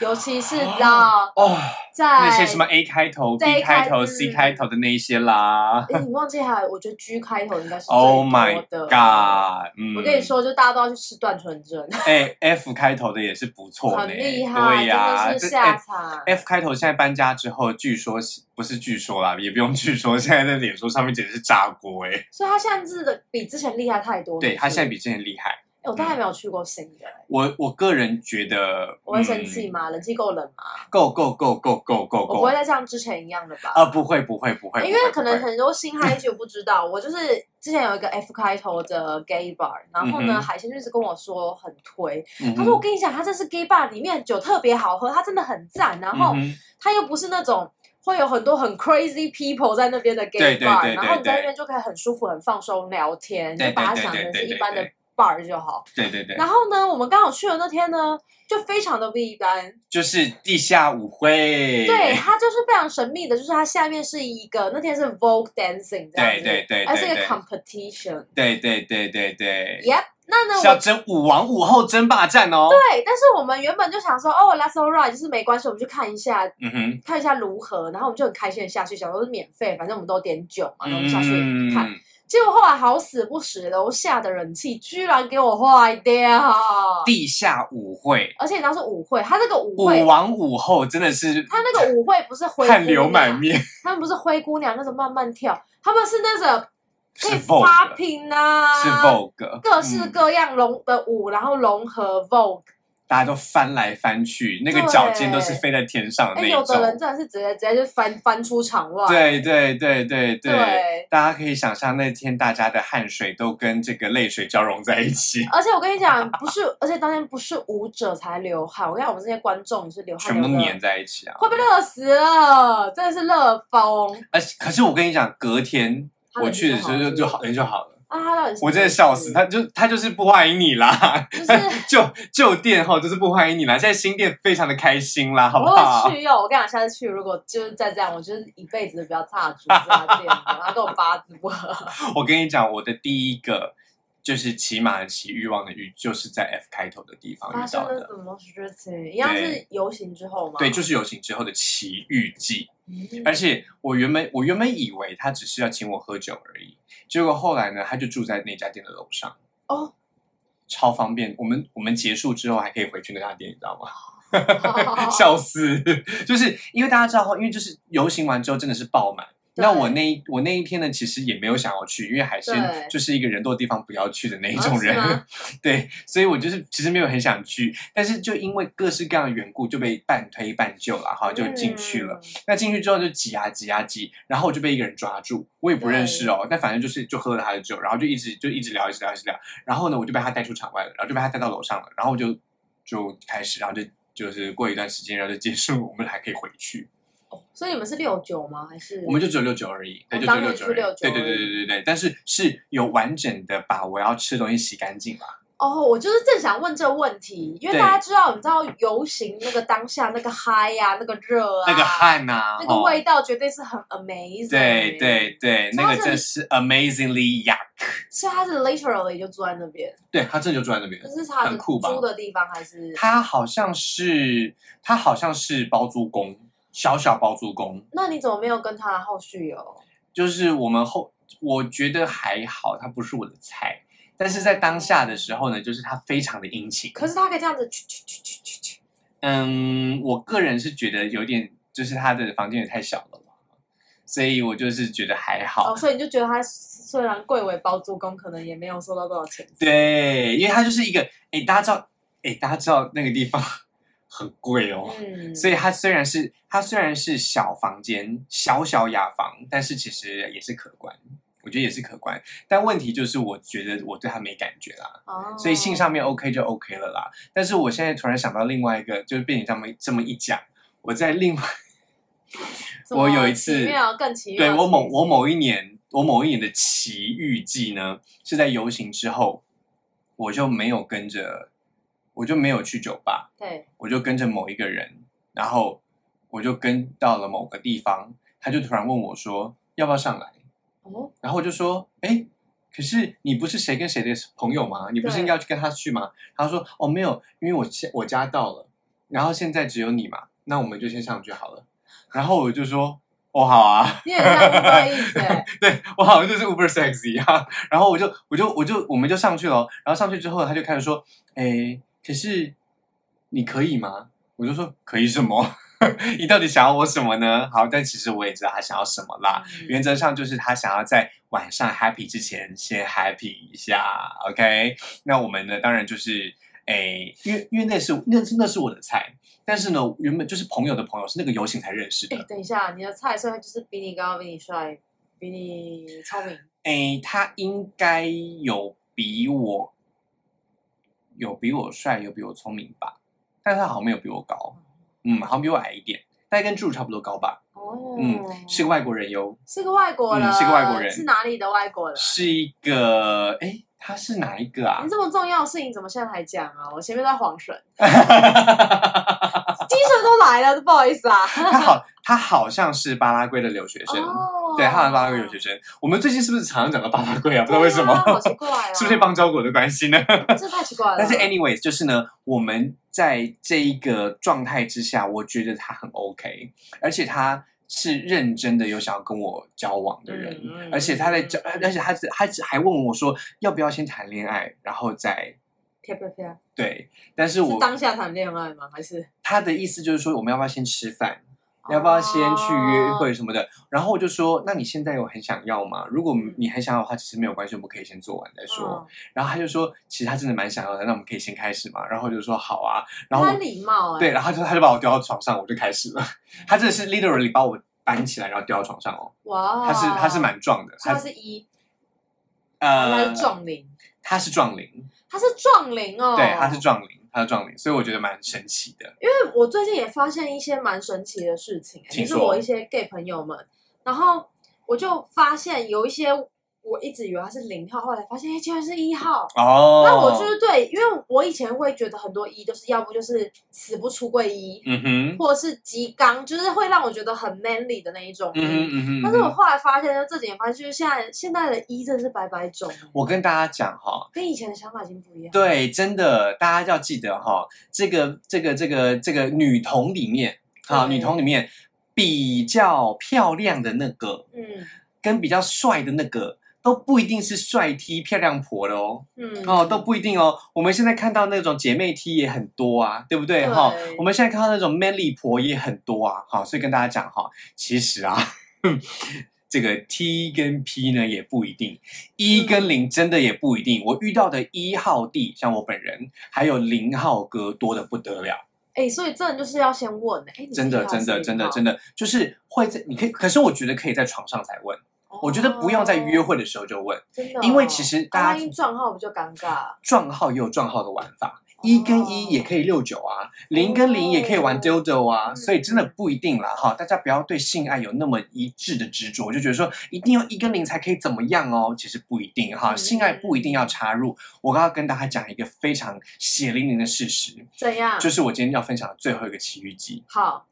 Speaker 2: 尤其是到
Speaker 1: 哦，
Speaker 2: 在
Speaker 1: 那些什么 A 开头、
Speaker 2: 在
Speaker 1: B 开头、
Speaker 2: 嗯
Speaker 1: C 开头的那一些啦。
Speaker 2: 哎，你忘记还有，我觉得 G 开头应该是最
Speaker 1: Oh
Speaker 2: 多
Speaker 1: my
Speaker 2: 的。
Speaker 1: god！嗯，
Speaker 2: 我跟你，说，就大家都要去吃断纯针，
Speaker 1: 哎，F 开头的也是不错呢，
Speaker 2: 很厉害，
Speaker 1: 对呀，
Speaker 2: 真的是
Speaker 1: 这哎
Speaker 2: 下
Speaker 1: F
Speaker 2: 场。
Speaker 1: F 开头现在搬家之后，据说是不是据说啦，也不用据说，现在在脸书上面简直是炸锅哎、
Speaker 2: 所以他现在是的比之前厉害太多。
Speaker 1: 对他现在
Speaker 2: 比，
Speaker 1: 比嗯之前厉害，
Speaker 2: 哎，我都还没有去过新的，
Speaker 1: 我我个人觉得，
Speaker 2: 我会生气
Speaker 1: 嗯
Speaker 2: 吗？冷气够冷吗？
Speaker 1: 够够够够够够
Speaker 2: 我
Speaker 1: 够，
Speaker 2: 不会再像之前一样的吧？
Speaker 1: 啊，不会不会不会，
Speaker 2: 因
Speaker 1: 不
Speaker 2: 为
Speaker 1: 会不
Speaker 2: 可能
Speaker 1: 会
Speaker 2: 很多新嗨剧我不知道，我就是之前有一个 F 开头的 gay bar，然后
Speaker 1: 嗯
Speaker 2: 呢，
Speaker 1: 哼
Speaker 2: 海鲜就一直跟我说很推，
Speaker 1: 嗯哼
Speaker 2: 他说我跟你讲，他这是 gay bar 里面酒特别好喝，它真的很赞，然后
Speaker 1: 嗯哼
Speaker 2: 它又不是那种。会有很多很 crazy people 在那边的 gay
Speaker 1: 对
Speaker 2: bar，
Speaker 1: 对对对
Speaker 2: 然后你在那边就可以很舒服、很放松聊天，
Speaker 1: 对对
Speaker 2: 就把它想成是一般的
Speaker 1: 对
Speaker 2: bar 就好。
Speaker 1: 对对对，
Speaker 2: 然后呢，我们刚好去的那天呢，就非常的不一般，
Speaker 1: 就是地下舞会，
Speaker 2: 对，它就是非常神秘的，就是它下面是一个那天是 Vogue dancing 这样
Speaker 1: 对
Speaker 2: 子，
Speaker 1: 对对
Speaker 2: 它是一个
Speaker 1: 对对
Speaker 2: competition。
Speaker 1: 对对对对对，
Speaker 2: Yep，那呢
Speaker 1: 是要
Speaker 2: 我
Speaker 1: 争舞王舞后争霸战哦，
Speaker 2: 对，但是我们原本就想说，哦，Let's alright，就是没关系，我们去看一下，
Speaker 1: 嗯哼，
Speaker 2: 看一下如何。然后我们就很开心的下去，想说是免费，反正我们都有点酒嘛，然哦后我们下去看。
Speaker 1: 嗯，
Speaker 2: 结果后来好死不死，楼下的人气居然给我坏掉，
Speaker 1: 地下舞会，
Speaker 2: 而且你知道是舞会，他那个舞会
Speaker 1: 舞，王舞后真的是
Speaker 2: 他那个舞会不是灰
Speaker 1: 汗
Speaker 2: 姑
Speaker 1: 流
Speaker 2: 娘
Speaker 1: 满面，
Speaker 2: 他们不是灰姑娘那种慢慢跳，他们是那种可
Speaker 1: 是
Speaker 2: 以
Speaker 1: Vogue，
Speaker 2: popping 啊，
Speaker 1: 是 Vogue，
Speaker 2: 各式
Speaker 1: 嗯
Speaker 2: 各样融的舞，然后融合 Vogue。
Speaker 1: 大家都翻来翻去，那个脚尖都是飞在天上的
Speaker 2: 哎，
Speaker 1: 那
Speaker 2: 有
Speaker 1: 一
Speaker 2: 的
Speaker 1: 种。
Speaker 2: 人真的是直接直接就翻翻出场外。
Speaker 1: 嗯对对对对对，
Speaker 2: 对
Speaker 1: 大家可以想象那天大家的汗水都跟这个泪水交融在一起，
Speaker 2: 而且我跟你讲，不是， 而且当天不是舞者才流汗，我跟你讲，我们这些观众也是流汗
Speaker 1: 全
Speaker 2: 流
Speaker 1: 部
Speaker 2: 的，
Speaker 1: 粘在一起啊！
Speaker 2: 快被热死了，真的是热疯
Speaker 1: 而且哎可是我跟你讲，隔天
Speaker 2: 他
Speaker 1: 我
Speaker 2: 人
Speaker 1: 去的
Speaker 2: 就
Speaker 1: 时
Speaker 2: 好
Speaker 1: 候就
Speaker 2: 了
Speaker 1: 就好哎人就好了，
Speaker 2: 啊！他到底是
Speaker 1: 我真的笑死，他就他就是不欢迎你啦，
Speaker 2: 就是
Speaker 1: 旧旧店哈就是不欢迎你啦，现在新店非常的开心啦，好不
Speaker 2: 我
Speaker 1: 好
Speaker 2: 会？去哟，我跟你讲，下次去如果就是再这样，我就是一辈子都不要踏足这家店了，他跟我八字不合。
Speaker 1: 我跟你讲，我的第一个就是骑马的骑，欲望的欲，就是在 F 开头的地方
Speaker 2: 发
Speaker 1: 遇
Speaker 2: 生
Speaker 1: 到
Speaker 2: 了
Speaker 1: 的。
Speaker 2: 什么事情？一样是游行之后吗？
Speaker 1: 对，哎就是游行之后的奇遇记。
Speaker 2: 嗯
Speaker 1: 而且我原本我原本以为他只是要请我喝酒而已，结果后来呢，他就住在那家店的楼上，
Speaker 2: 哦，
Speaker 1: 超方便。我们我们结束之后还可以回去那家店，你知道吗？
Speaker 2: 哦 笑
Speaker 1: 笑死！就是因为大家知道，因为就是游行完之后真的是爆满。
Speaker 2: 对
Speaker 1: 那我那一我那一天呢，其实也没有想要去，因为海鲜
Speaker 2: 对
Speaker 1: 就是一个人多地方不要去的那一
Speaker 2: 啊
Speaker 1: 种
Speaker 2: 是
Speaker 1: 人，
Speaker 2: 吗
Speaker 1: 对，所以我就是其实没有很想去，但是就因为各式各样的缘故，就被半推半就了哈，就进去
Speaker 2: 嗯
Speaker 1: 了。。那进去之后就挤啊挤啊挤，然后我就被一个人抓住，我也不认识哦，但反正就是就喝了他的酒，然后就一直就一直聊，一直聊，一直聊。然后呢，我就被他带出场外了，然后就被他带到楼上了，然后我就就开始，然后就就是过一段时间，然后就结束，我们还可以回去。
Speaker 2: 嗯所以你们是六九吗？还是
Speaker 1: 我们就只有六九而已，对，
Speaker 2: 哦
Speaker 1: 就只
Speaker 2: 嗯当
Speaker 1: 有六
Speaker 2: 然
Speaker 1: 九而
Speaker 2: 是
Speaker 1: 已，对对
Speaker 2: 69
Speaker 1: 对对对对。但是是有完整的把我要吃的东西洗干净啦。
Speaker 2: 哦，我就是正想问这个问题，因为
Speaker 1: 对
Speaker 2: 大家知道，你知道游行那个当下那个嗨呀，那个热啊，
Speaker 1: 那个，汗呐、
Speaker 2: 那个
Speaker 1: 吼
Speaker 2: 味道绝对是很 amazing。
Speaker 1: 对，对对，
Speaker 2: 所以
Speaker 1: 那个
Speaker 2: 它是
Speaker 1: 真是 amazingly yuck。
Speaker 2: 所以他是 literally 就住在那边，
Speaker 1: 对他真的就住在那边
Speaker 2: 这，是他的
Speaker 1: 很酷吧
Speaker 2: 租的地方还是？
Speaker 1: 他好像是他好像是包租公，小小包租公，
Speaker 2: 那你怎么没有跟他后续有？
Speaker 1: 嗯就是我们后我觉得还好，他不是我的菜。但是在当下的时候呢，就是他非常的殷勤。
Speaker 2: 可是他可以这样子去去去去去去。
Speaker 1: 嗯，我个人是觉得有点，就是他的房间也太小了吧，所以我就是觉得还好。
Speaker 2: 哦，所以你就觉得他虽然贵为包租公，可能也没有收到多少钱。
Speaker 1: 对，因为他就是一个，哎，大家知道，哎，大家知道那个地方 很贵哦。
Speaker 2: 嗯，
Speaker 1: 所以它虽然是它虽然是小房间、小小雅房，但是其实也是可观。我我觉得也是可观。但问题就是，我觉得我对他没感觉啦，
Speaker 2: 哦，
Speaker 1: 所以性上面 OK 就 OK 了啦。但是我现在突然想到另外一个，就是被你这么这么一讲，我在另外
Speaker 2: 什么
Speaker 1: 我有一次
Speaker 2: 奇妙更奇妙
Speaker 1: 对
Speaker 2: 的
Speaker 1: 我某
Speaker 2: 事
Speaker 1: 我某一年我某一年的奇遇记呢，是在游行之后，我就没有跟着，我就没有去酒吧，
Speaker 2: 对
Speaker 1: 我就跟着某一个人，然后我就跟到了某个地方，他就突然问我说要不要上来，
Speaker 2: 哦
Speaker 1: 然后我就说，哎，可是你不是谁跟谁的朋友吗？你不是
Speaker 2: 对
Speaker 1: 应该要去跟他去吗？他说，哦，没有，因为我现我家到了，然后现在只有你嘛，那我们就先上去好了。然后我就说，哦，好啊。
Speaker 2: 你很像不好 意思哎，
Speaker 1: 对我好像就是 Uber Sex 一样。然后我就我就我就我们就上去了哦，然后上去之后他就开始说，哎，可是你可以吗？我就说可以什么？ 你到底想要我什么呢？好，但其实我也知道他想要什么啦。
Speaker 2: 嗯
Speaker 1: 原则上就是他想要在晚上 happy 之前先 happy 一下，OK？那我们呢，当然就是，哎，因为因为那是那是那是我的菜，但是呢，原本就是朋友的朋友，是那个游行才认识的
Speaker 2: 哎，。等一下，你的菜色就是比你高，比你帅，比你聪明，
Speaker 1: 诶，他应该有比我有比我帅，有比我聪明吧，但是他好像没有比我高，嗯，好像比我矮一点，大概跟柱差不多高吧，
Speaker 2: 哦，
Speaker 1: 嗯，是个外国人哟，
Speaker 2: 是个外国人，
Speaker 1: 嗯是个外国人
Speaker 2: 是哪里的外国人？
Speaker 1: 是一个，诶，他是哪一个啊
Speaker 2: 你？这么重要的事情怎么现在还讲啊？我前面在晃神，精神都来了，不好意思啊。
Speaker 1: 他好，他好像是巴拉圭的留学生，
Speaker 2: 哦，
Speaker 1: 对，他好像是巴拉圭留学生。我们最近是不是常常讲到巴拉圭啊？不知道为什么，
Speaker 2: 对啊好奇怪 哦，
Speaker 1: 是不是邦交国的关系呢？
Speaker 2: 这太奇怪了。
Speaker 1: 但是 anyways，就是呢，我们在这一个状态之下，我觉得他很 OK，而且他是认真的有想要跟我交往的人，
Speaker 2: 嗯嗯
Speaker 1: 而且他在交，
Speaker 2: 嗯
Speaker 1: 而且他只他只还问我说要不要先谈恋爱，然后再
Speaker 2: 啪啪啪，
Speaker 1: 对。但是
Speaker 2: 是
Speaker 1: 我
Speaker 2: 当下谈恋爱吗？还是
Speaker 1: 他的意思就是说，我们要不要先吃饭？要不要先去约
Speaker 2: 哦
Speaker 1: 会什么的？然后我就说，那你现在有很想要吗？如果
Speaker 2: 嗯
Speaker 1: 你很想要的话，其实没有关系，我们可以先做完再说。
Speaker 2: 嗯
Speaker 1: 然后他就说，其实他真的蛮想要的，那我们可以先开始嘛。然后我就说好啊。然后
Speaker 2: 他
Speaker 1: 我
Speaker 2: 很礼貌哎，
Speaker 1: 对，，然后他就他就把我丢到床上，我就开始了。他真的是 literally 把我搬起来，然后丢到床上哦。
Speaker 2: 哇，
Speaker 1: 他是他是，蛮壮的，
Speaker 2: 他是一，他
Speaker 1: 呃
Speaker 2: 是壮龄，
Speaker 1: 他是壮龄，
Speaker 2: 他是壮龄哦，
Speaker 1: 对，他是壮龄，他是壮龄，所以我觉得蛮神奇的。
Speaker 2: 因为我最近也发现一些蛮神奇的事情、欸，
Speaker 1: 请
Speaker 2: 就是
Speaker 1: 说
Speaker 2: 我一些 gay 朋友们，然后我就发现有一些我一直以为他是零号，后来发现哎、欸，竟然是一号。
Speaker 1: 哦，
Speaker 2: 那我就是对，因为我以前会觉得很多一就是要不就是死不出柜一，
Speaker 1: 嗯哼，
Speaker 2: 或者是极刚，就是会让我觉得很 manly 的那一种
Speaker 1: 嗯哼
Speaker 2: 一。
Speaker 1: 嗯哼。
Speaker 2: 但是我
Speaker 1: 嗯哼
Speaker 2: 后来发现，就这几年发现，就是现在现在的一真的是百百种，
Speaker 1: 我跟大家讲哈、
Speaker 2: 跟以前的想法已经不一样。
Speaker 1: 对，真的，大家要记得哈、这个这个这个这个女童里面，啊，
Speaker 2: 对
Speaker 1: 女童里面比较漂亮的那个，
Speaker 2: 嗯
Speaker 1: 跟比较帅的那个，都不一定是帅 T 漂亮婆的哦。
Speaker 2: 嗯
Speaker 1: 哦，都不一定哦。我们现在看到那种姐妹 T 也很多啊，对不对
Speaker 2: 对
Speaker 1: 哈、我们现在看到那种 manly 婆也很多啊，好，所以跟大家讲哈、其实啊， 这个 T 跟 P 呢也不一定，一
Speaker 2: 嗯
Speaker 1: 跟零真的也不一定。我遇到的一号弟，像我本人，还有零号哥，多的不得了，
Speaker 2: 哎、所以真的就是要先问哎、欸你是
Speaker 1: 真的
Speaker 2: 一号
Speaker 1: 真的
Speaker 2: 还是
Speaker 1: 真的
Speaker 2: 零号
Speaker 1: 真的，就是会在你可以，可是我觉得可以在床上才问，我觉得不用在约会的时候就问，
Speaker 2: 哦真的哦、
Speaker 1: 因为其实大家
Speaker 2: 啊万一撞号不就尴尬？
Speaker 1: 撞号也有撞号的玩法。
Speaker 2: 哦
Speaker 1: 一跟一也可以六九啊，零跟零也可以玩 dildo 啊，
Speaker 2: 嗯
Speaker 1: 所以真的不一定啦哈。大家不要对性爱有那么一致的执着，就觉得说一定要一跟零才可以怎么样哦，其实不一定哈。
Speaker 2: 嗯
Speaker 1: 性爱不一定要插入。我刚刚跟大家讲一个非常血淋淋的事实，
Speaker 2: 怎样？
Speaker 1: 就是我今天要分享的最后一个奇遇记，
Speaker 2: 好，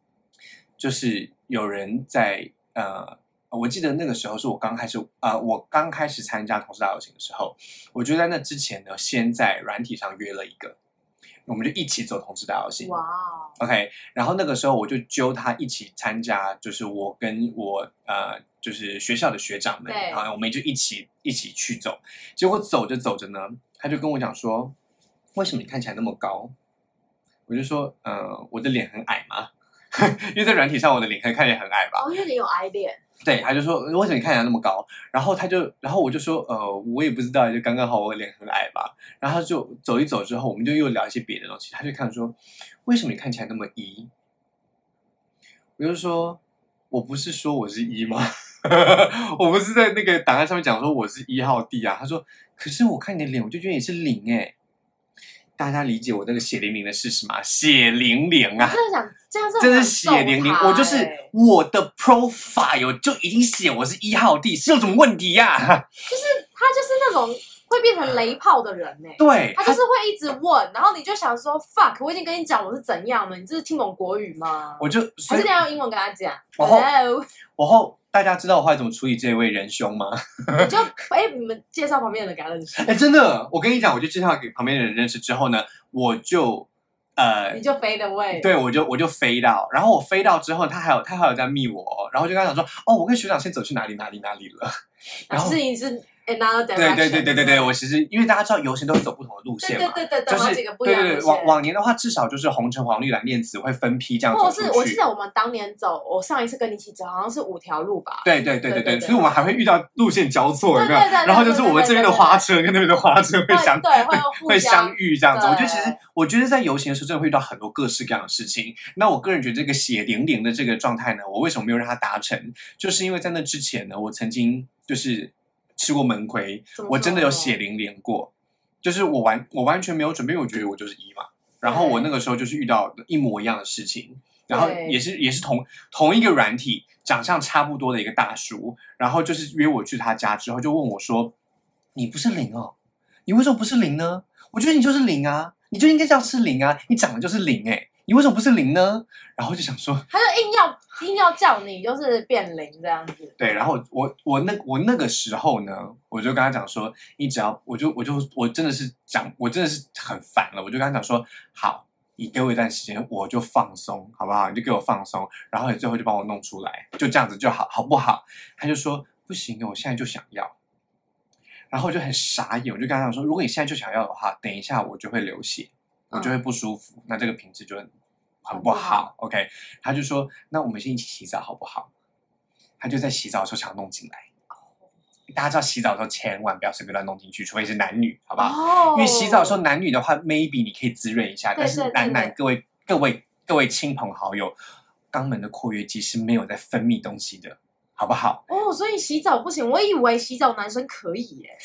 Speaker 1: 就是有人在呃，我记得那个时候是我刚开始啊、呃我刚开始参加同事大游行的时候，我就在那之前呢，先在软体上约了一个，我们就一起走同志大游行。
Speaker 2: 哇哦，
Speaker 1: OK，然后那个时候我就揪他一起参加，就是我跟我呃，就是学校的学长们，
Speaker 2: 对
Speaker 1: 然后我们就一起一起去走。结果走着走着呢，他就跟我讲说：“为什么你看起来那么高？”我就说：“呃，我的脸很矮吗？ 因为在软体上我的脸看起来很矮吧。”
Speaker 2: 哦，因为你有矮脸，
Speaker 1: 对，他就说呃为什么你看起来那么高？然后他就，然后我就说，呃，我也不知道，就刚刚好我脸很矮吧。然后他就走一走之后，我们就又聊一些别的东西。他就看说，为什么你看起来那么一？我就说，我不是说我是一吗？ 我不是在那个档案上面讲说我是一号地啊，他说，可是我看你的脸，我就觉得你是零哎、大家理解我这个血淋淋的事实吗？血淋淋啊！
Speaker 2: 真的想这样
Speaker 1: 真
Speaker 2: 真
Speaker 1: 是
Speaker 2: 的
Speaker 1: 血淋淋，我就是
Speaker 2: 欸
Speaker 1: 我的 profile 就已经写我是一号地，是有什么问题呀、
Speaker 2: 他就是那种会变成雷炮的人呢、
Speaker 1: 对，
Speaker 2: 他就是会一直问，然后你就想说 fuck，我已经跟你讲我是怎样了，你这是听懂国语吗？
Speaker 1: 我就
Speaker 2: 还
Speaker 1: 所以
Speaker 2: 是你要用英文跟他讲
Speaker 1: 哦
Speaker 2: ，hello，
Speaker 1: 我后大家知道我后来怎么处理这位仁兄吗？
Speaker 2: 你就 哎、你们介绍旁边的人给他认识，
Speaker 1: 哎，真的，我跟你讲，我就介绍给旁边的人认识之后呢，我就呃
Speaker 2: 你，就 fade away。
Speaker 1: 对我就我就飞到，然后我飞到之后，他还有他还有在密我哦，然后就跟他讲说，哦，我跟学长先走去哪里哪里哪里了。然后
Speaker 2: 是你是 another direction。
Speaker 1: 对对对对对对，我其实因为大家知道游行都会走不同的路
Speaker 2: 对
Speaker 1: 线
Speaker 2: 对
Speaker 1: 嘛。
Speaker 2: 对对，
Speaker 1: 就
Speaker 2: 走好
Speaker 1: 是
Speaker 2: 几
Speaker 1: 对
Speaker 2: 个不一
Speaker 1: 对
Speaker 2: 样的
Speaker 1: 对，
Speaker 2: 路
Speaker 1: 往
Speaker 2: 线。
Speaker 1: 往年的话，至少就是红橙黄绿蓝靛紫会分批这样
Speaker 2: 或
Speaker 1: 走
Speaker 2: 者
Speaker 1: 出
Speaker 2: 哦是我记
Speaker 1: 去。
Speaker 2: 得我们当年走，我上一次跟你一起走好像是五条路吧，
Speaker 1: 对对对对
Speaker 2: 对对
Speaker 1: 对，
Speaker 2: 对
Speaker 1: 所以我们还会遇到路线交错，有没有？
Speaker 2: 对对对对
Speaker 1: 然后就是我们这边的花车跟那边的花车会
Speaker 2: 会
Speaker 1: 相
Speaker 2: 对会互
Speaker 1: 会相遇这样子。
Speaker 2: 对
Speaker 1: 我觉得其实，我觉得在游行的时候，真的会遇到很多各式各样的事情。那我个人觉得这个血淋淋的这个状态呢，我为什么没有让它达成？就是因为在那之前呢，我曾经就是吃过闷亏，
Speaker 2: 怎么说
Speaker 1: 我真的有血淋淋过，就是我完我完全没有准备，因为我觉得我就是一嘛。然后我那个时候就是遇到一模一样的事情，然后
Speaker 2: 对
Speaker 1: 也是也是同同一个软体，长相差不多的一个大叔，然后就是约我去他家之后，就问我说：“你不是零哦，你为什么不是零呢？我觉得你就是零啊，你就应该叫是零啊，你长得就是零哎、你为什么不是零呢？”然后就想说，
Speaker 2: 他就硬要硬要叫你就是变零这样子，
Speaker 1: 对，然后我我那我那个时候呢，我就跟他讲说，你只要我就我就我真的是讲，我真的是很烦了，我就跟他讲说，好，你给我一段时间，我就放松，好不好？你就给我放松，然后你最后就帮我弄出来，就这样子就好，好不好？他就说不行，哦我现在就想要。然后我就很傻眼，我就跟他讲说，如果你现在就想要的话，等一下我就会流血，我就会不舒服，那这个品质就很嗯很不
Speaker 2: 很不好
Speaker 1: 好。OK，他就说，那我们先一起洗澡好不好？他就在洗澡的时候想要弄进来。大家知道洗澡的时候千万不要随便乱弄进去，除非是男女，好不好？
Speaker 2: 哦，
Speaker 1: 因为洗澡的时候男女的话，maybe 你可以滋润一下，
Speaker 2: 对
Speaker 1: 但是
Speaker 2: 对
Speaker 1: 男
Speaker 2: 对
Speaker 1: 男各位各位各位亲朋好友，肛门的括约肌是没有在分泌东西的，好不好？
Speaker 2: 哦，所以洗澡不行，我以为洗澡男生可以耶，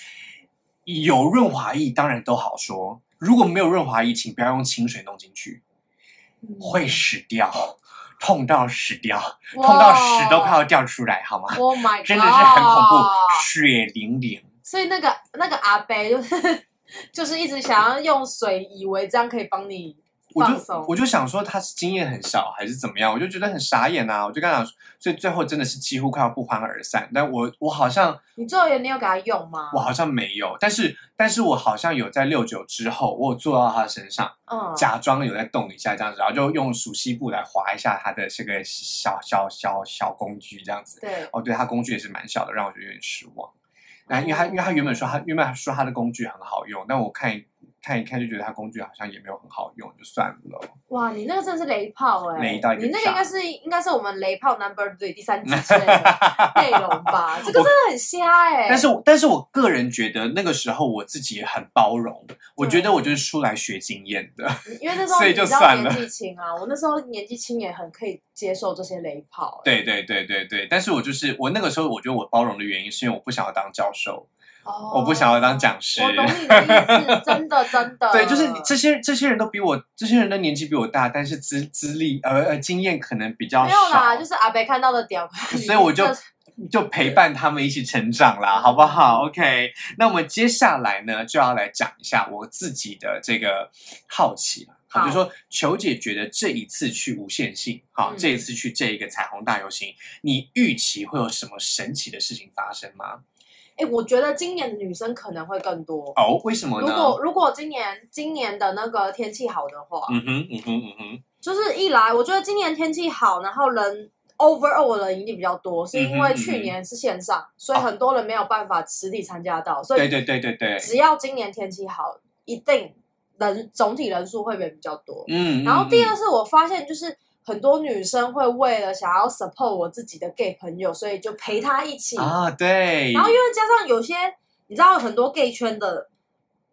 Speaker 1: 有润滑液当然都好说，如果没有润滑液，请不要用清水弄进去，
Speaker 2: 嗯
Speaker 1: 会死掉，痛到死掉，痛到屎都快要掉出来，好吗？
Speaker 2: ，Oh my god，
Speaker 1: 真的是很恐怖，血淋淋。
Speaker 2: 所以那个那个阿伯就是 就是一直想要用水，以为这样可以帮你
Speaker 1: 我
Speaker 2: 放
Speaker 1: 就
Speaker 2: 松。
Speaker 1: 我就想说他是经验很少还是怎么样，我就觉得很傻眼啊！我就跟他讲说，所以最后真的是几乎快要不欢而散。但我我好像
Speaker 2: 你最后也你有给他用吗
Speaker 1: 我？好像没有，但是但是我好像有在六九之后，我有坐到他身上，
Speaker 2: 嗯，
Speaker 1: 假装有在动一下这样子，然后就用熟悉布来划一下他的这个小小小小工具这样子。
Speaker 2: 对，
Speaker 1: 哦，对，他工具也是蛮小的，让我觉得有点失望。那因为他因为他原本说他原本说他的工具很好用，但我看一看一看就觉得他工具好像也没有很好用，就算了。
Speaker 2: 哇，你那个真的是雷炮哎、
Speaker 1: 雷到一个
Speaker 2: 你那个
Speaker 1: 炸
Speaker 2: 应该是应该是我们雷炮 number three 第三集之 类的内容吧？这个真的很瞎哎、
Speaker 1: 但是我，但是我个人觉得那个时候我自己也很包容，我觉得我就是出来学经验的。
Speaker 2: 因为那时候
Speaker 1: 所以
Speaker 2: 你
Speaker 1: 就
Speaker 2: 知道
Speaker 1: 算了
Speaker 2: 年纪轻啊，我那时候年纪轻也很可以接受这些雷炮、欸。
Speaker 1: 对对对对对，但是我就是我那个时候，我觉得我包容的原因是因为我不想要当教授，
Speaker 2: 哦
Speaker 1: 我不想要当讲师。
Speaker 2: 我懂你的意思，真的真 的。
Speaker 1: 对，就是这些这些人都比我，这些人的年纪比我大，但是资资历呃呃经验可能比较少，
Speaker 2: 没有啦，就是阿北看到的屌，
Speaker 1: 所以我就
Speaker 2: 这
Speaker 1: 就陪伴他们一起成长啦，好不好？OK，那我们接下来呢，就要来讲一下我自己的这个好奇了。好，
Speaker 2: 好
Speaker 1: 就是说，球姐觉得这一次去无限性，好，
Speaker 2: 嗯
Speaker 1: 这一次去这一个彩虹大游行，你预期会有什么神奇的事情发生吗？
Speaker 2: 哎、我觉得今年的女生可能会更多。
Speaker 1: 哦，为什么
Speaker 2: 如
Speaker 1: 呢？
Speaker 2: 果如果今年今年的那个天气好的话，
Speaker 1: 嗯哼，嗯哼，嗯哼，
Speaker 2: 就是一来我觉得今年天气好，然后人 overall 的人一定比较多，是
Speaker 1: 嗯
Speaker 2: 因为去年是线上，所以很多人没有办法实体参加到，所
Speaker 1: 哦对
Speaker 2: 以
Speaker 1: 对对对对，
Speaker 2: 只要今年天气好，一定人总体人数会比较多。
Speaker 1: 嗯。
Speaker 2: 然后第二
Speaker 1: 嗯，
Speaker 2: 是我发现就是。很多女生会为了想要 support 我自己的 gay 朋友，所以就陪他一起
Speaker 1: 嗯啊，对，
Speaker 2: 然后因为加上有些，你知道很多 gay 圈的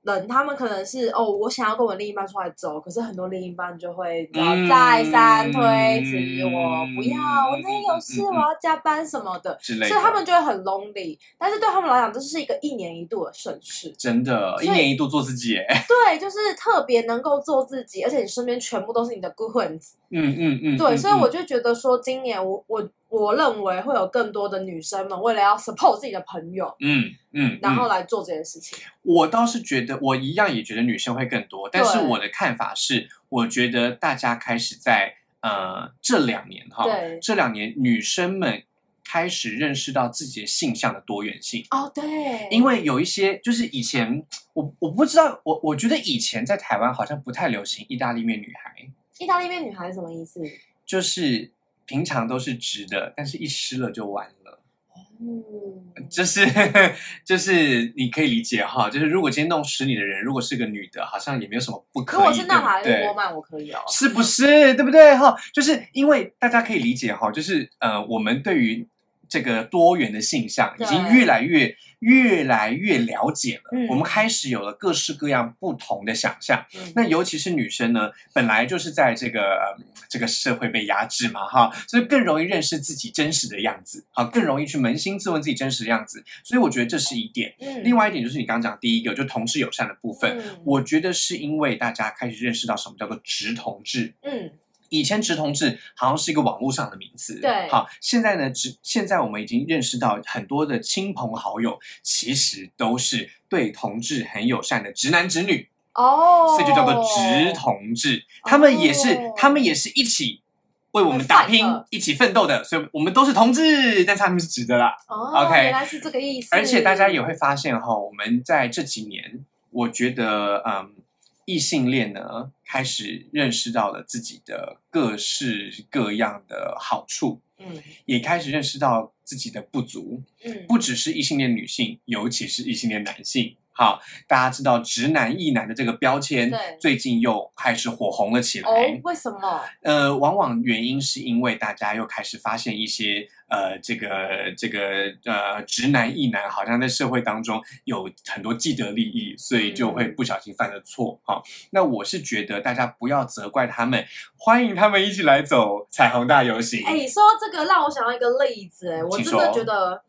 Speaker 2: 人，他们可能是哦，我想要跟我另一半出来走，可是很多另一半就会然后
Speaker 1: 嗯
Speaker 2: 再三推辞，我不要，
Speaker 1: 嗯
Speaker 2: 我那天有事，
Speaker 1: 嗯嗯
Speaker 2: 我要加班什么的，
Speaker 1: 之类的。
Speaker 2: 所以他们就会很 lonely。但是对他们来讲，这是一个一年一度的盛事，
Speaker 1: 真的，
Speaker 2: 所以
Speaker 1: 一年一度做自己耶，
Speaker 2: 对，就是特别能够做自己，而且你身边全部都是你的 good friends，
Speaker 1: 嗯嗯嗯，
Speaker 2: 对，
Speaker 1: 嗯
Speaker 2: 所以我
Speaker 1: 嗯
Speaker 2: 就觉得说，今年我我我认为会有更多的女生们为了要 support 自己的朋友，
Speaker 1: 嗯嗯，
Speaker 2: 然
Speaker 1: 嗯
Speaker 2: 后来做这件事情。
Speaker 1: 我倒是觉得，我一样也觉得女生会更多，但是
Speaker 2: 对
Speaker 1: 我的看法是，我觉得大家开始在呃这两年哈，
Speaker 2: 对
Speaker 1: 这两年女生们开始认识到自己的性向的多元性，
Speaker 2: 哦，对，
Speaker 1: 因为有一些就是以前我我不知道，我我觉得以前在台湾好像不太流行意大利面女孩，
Speaker 2: 意大利面女孩是什么意思？
Speaker 1: 就是平常都是直的，但是一湿了就完了。
Speaker 2: 嗯，
Speaker 1: 就是 就是你可以理解哈，就是如果今天弄死你的人，如果是个女的，好像也没有什么不可以，
Speaker 2: 如果是娜塔
Speaker 1: 对不
Speaker 2: 莉波
Speaker 1: 对？
Speaker 2: 曼，我可以哦。
Speaker 1: 是不是对不对哈？就是因为大家可以理解哈，就是呃，我们对于这个多元的性向已
Speaker 2: 对
Speaker 1: 经越来越越来越了解了，
Speaker 2: 嗯
Speaker 1: 我们开始有了各式各样不同的想象。
Speaker 2: 嗯
Speaker 1: 那尤其是女生呢，本来就是在这个、呃、这个社会被压制嘛，哈，所以更容易认识自己真实的样子，好，更容易去扪心自问自己真实的样子。所以我觉得这是一点。
Speaker 2: 嗯
Speaker 1: 另外一点就是你刚刚讲第一个，就同志友善的部分，
Speaker 2: 嗯
Speaker 1: 我觉得是因为大家开始认识到什么叫做直同志。
Speaker 2: 嗯
Speaker 1: 以前直同志好像是一个网络上的名词，
Speaker 2: 对
Speaker 1: 好，现在呢，直现在我们已经认识到很多的亲朋好友其实都是对同志很友善的直男直女，
Speaker 2: 哦，
Speaker 1: 所以就叫做直同志。他们也是，
Speaker 2: 哦
Speaker 1: 他们也是一起为我们打拼
Speaker 2: 会 fight 的、
Speaker 1: 一起奋斗的，所以我们都是同志，但是他们是直的啦。
Speaker 2: 哦
Speaker 1: OK
Speaker 2: 原来是这个意思。
Speaker 1: 而且大家也会发现哈，我们在这几年，我觉得嗯，异性恋呢开始认识到了自己的各式各样的好处，
Speaker 2: 嗯
Speaker 1: 也开始认识到自己的不足。
Speaker 2: 嗯
Speaker 1: 不只是异性恋女性，尤其是异性恋男性。好，大家知道直男、异男的这个标签
Speaker 2: 对，
Speaker 1: 最近又开始火红了起来。
Speaker 2: 哦，为什么？
Speaker 1: 呃，往往原因是因为大家又开始发现一些呃，这个这个呃，直男、异男好像在社会当中有很多既得利益，所以就
Speaker 2: 嗯
Speaker 1: 会不小心犯了错。好、那我是觉得大家不要责怪他们，欢迎他们一起来走彩虹大游行。
Speaker 2: 哎、你说到这个让我想到一个例子、哎，我
Speaker 1: 请
Speaker 2: 真
Speaker 1: 说
Speaker 2: 的觉得，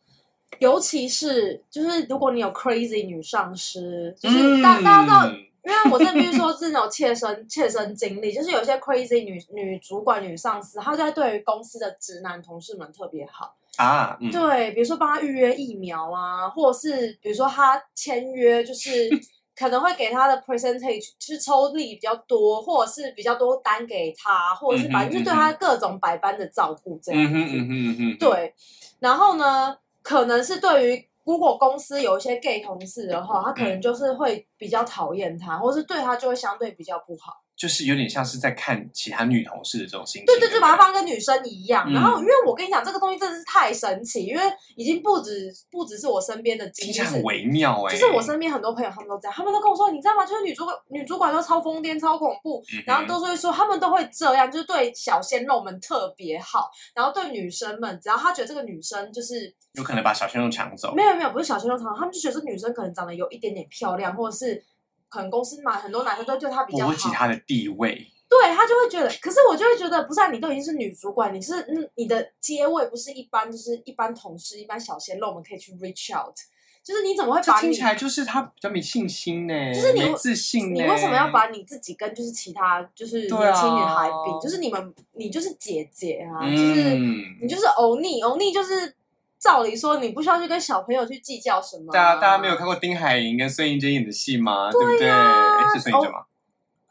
Speaker 2: 尤其是就是如果你有 crazy 女上司，就是
Speaker 1: 嗯，
Speaker 2: 大、大家知道，因为我真的必须说是那种切身切身经历，就是有些 crazy 女女主管、女上司，她就会对于公司的直男同事们特别好。
Speaker 1: 啊，嗯，
Speaker 2: 对，比如说帮她预约疫苗啊，或者是比如说她签约，就是 可能会给她的 percentage 就是抽例比较多，或者是比较多单给她，或者是反正就对她各种百般的照顾这样
Speaker 1: 嗯
Speaker 2: 子。
Speaker 1: 哼嗯哼嗯哼，
Speaker 2: 对，然后呢，可能是对于如果公司有一些 gay 同事的话，他可
Speaker 1: 嗯
Speaker 2: 能就是会比较讨厌他，或是对他就会相对比较不好。
Speaker 1: 就是有点像是在看其他女同事的这种心情。
Speaker 2: 对对，就
Speaker 1: 不
Speaker 2: 把他放跟女生一样。
Speaker 1: 嗯
Speaker 2: 然后，因为我跟你讲，这个东西真的是太神奇，因为已经不止不只是我身边的经
Speaker 1: 听
Speaker 2: 历
Speaker 1: 起来
Speaker 2: 是
Speaker 1: 很。微妙哎、
Speaker 2: 就是我身边很多朋友，他们都这样，他们都跟我说，你知道吗？就是女主管，女主管都超疯癫、超恐怖，
Speaker 1: 嗯哼，
Speaker 2: 然后都是会说他们都会这样，就是对小鲜肉们特别好，然后对女生们，只要他觉得这个女生就是
Speaker 1: 有可能把小鲜肉抢走。
Speaker 2: 没有没有，不是小鲜肉糖，他们就觉得这女生可能长得有一点点漂亮，或者是可能公司嘛很多男生都对她比较
Speaker 1: 波及
Speaker 2: 好，
Speaker 1: 她的地位，
Speaker 2: 对她就会觉得，可是我就会觉得，不是、啊、你都已经是女主管，你是嗯你的阶位不是一般就是一般同事、一般小鲜肉们可以去 reach out，就是你怎么会
Speaker 1: 这
Speaker 2: 把
Speaker 1: 听
Speaker 2: 你
Speaker 1: 起来就是她比较没信心呢、
Speaker 2: 就是你
Speaker 1: 没自信呢、
Speaker 2: 你为什么要把你自己跟就是其他就是
Speaker 1: 对啊
Speaker 2: 年轻女孩比？就是你们你就是姐姐啊，就是
Speaker 1: 嗯，
Speaker 2: 你就是欧尼欧尼就是。照理说，你不需要去跟小朋友去计较什么、啊
Speaker 1: 大家大家没有看过丁海寅跟孙艺珍演的戏吗？对不对？哎是孙艺珍
Speaker 2: 哦
Speaker 1: 吗？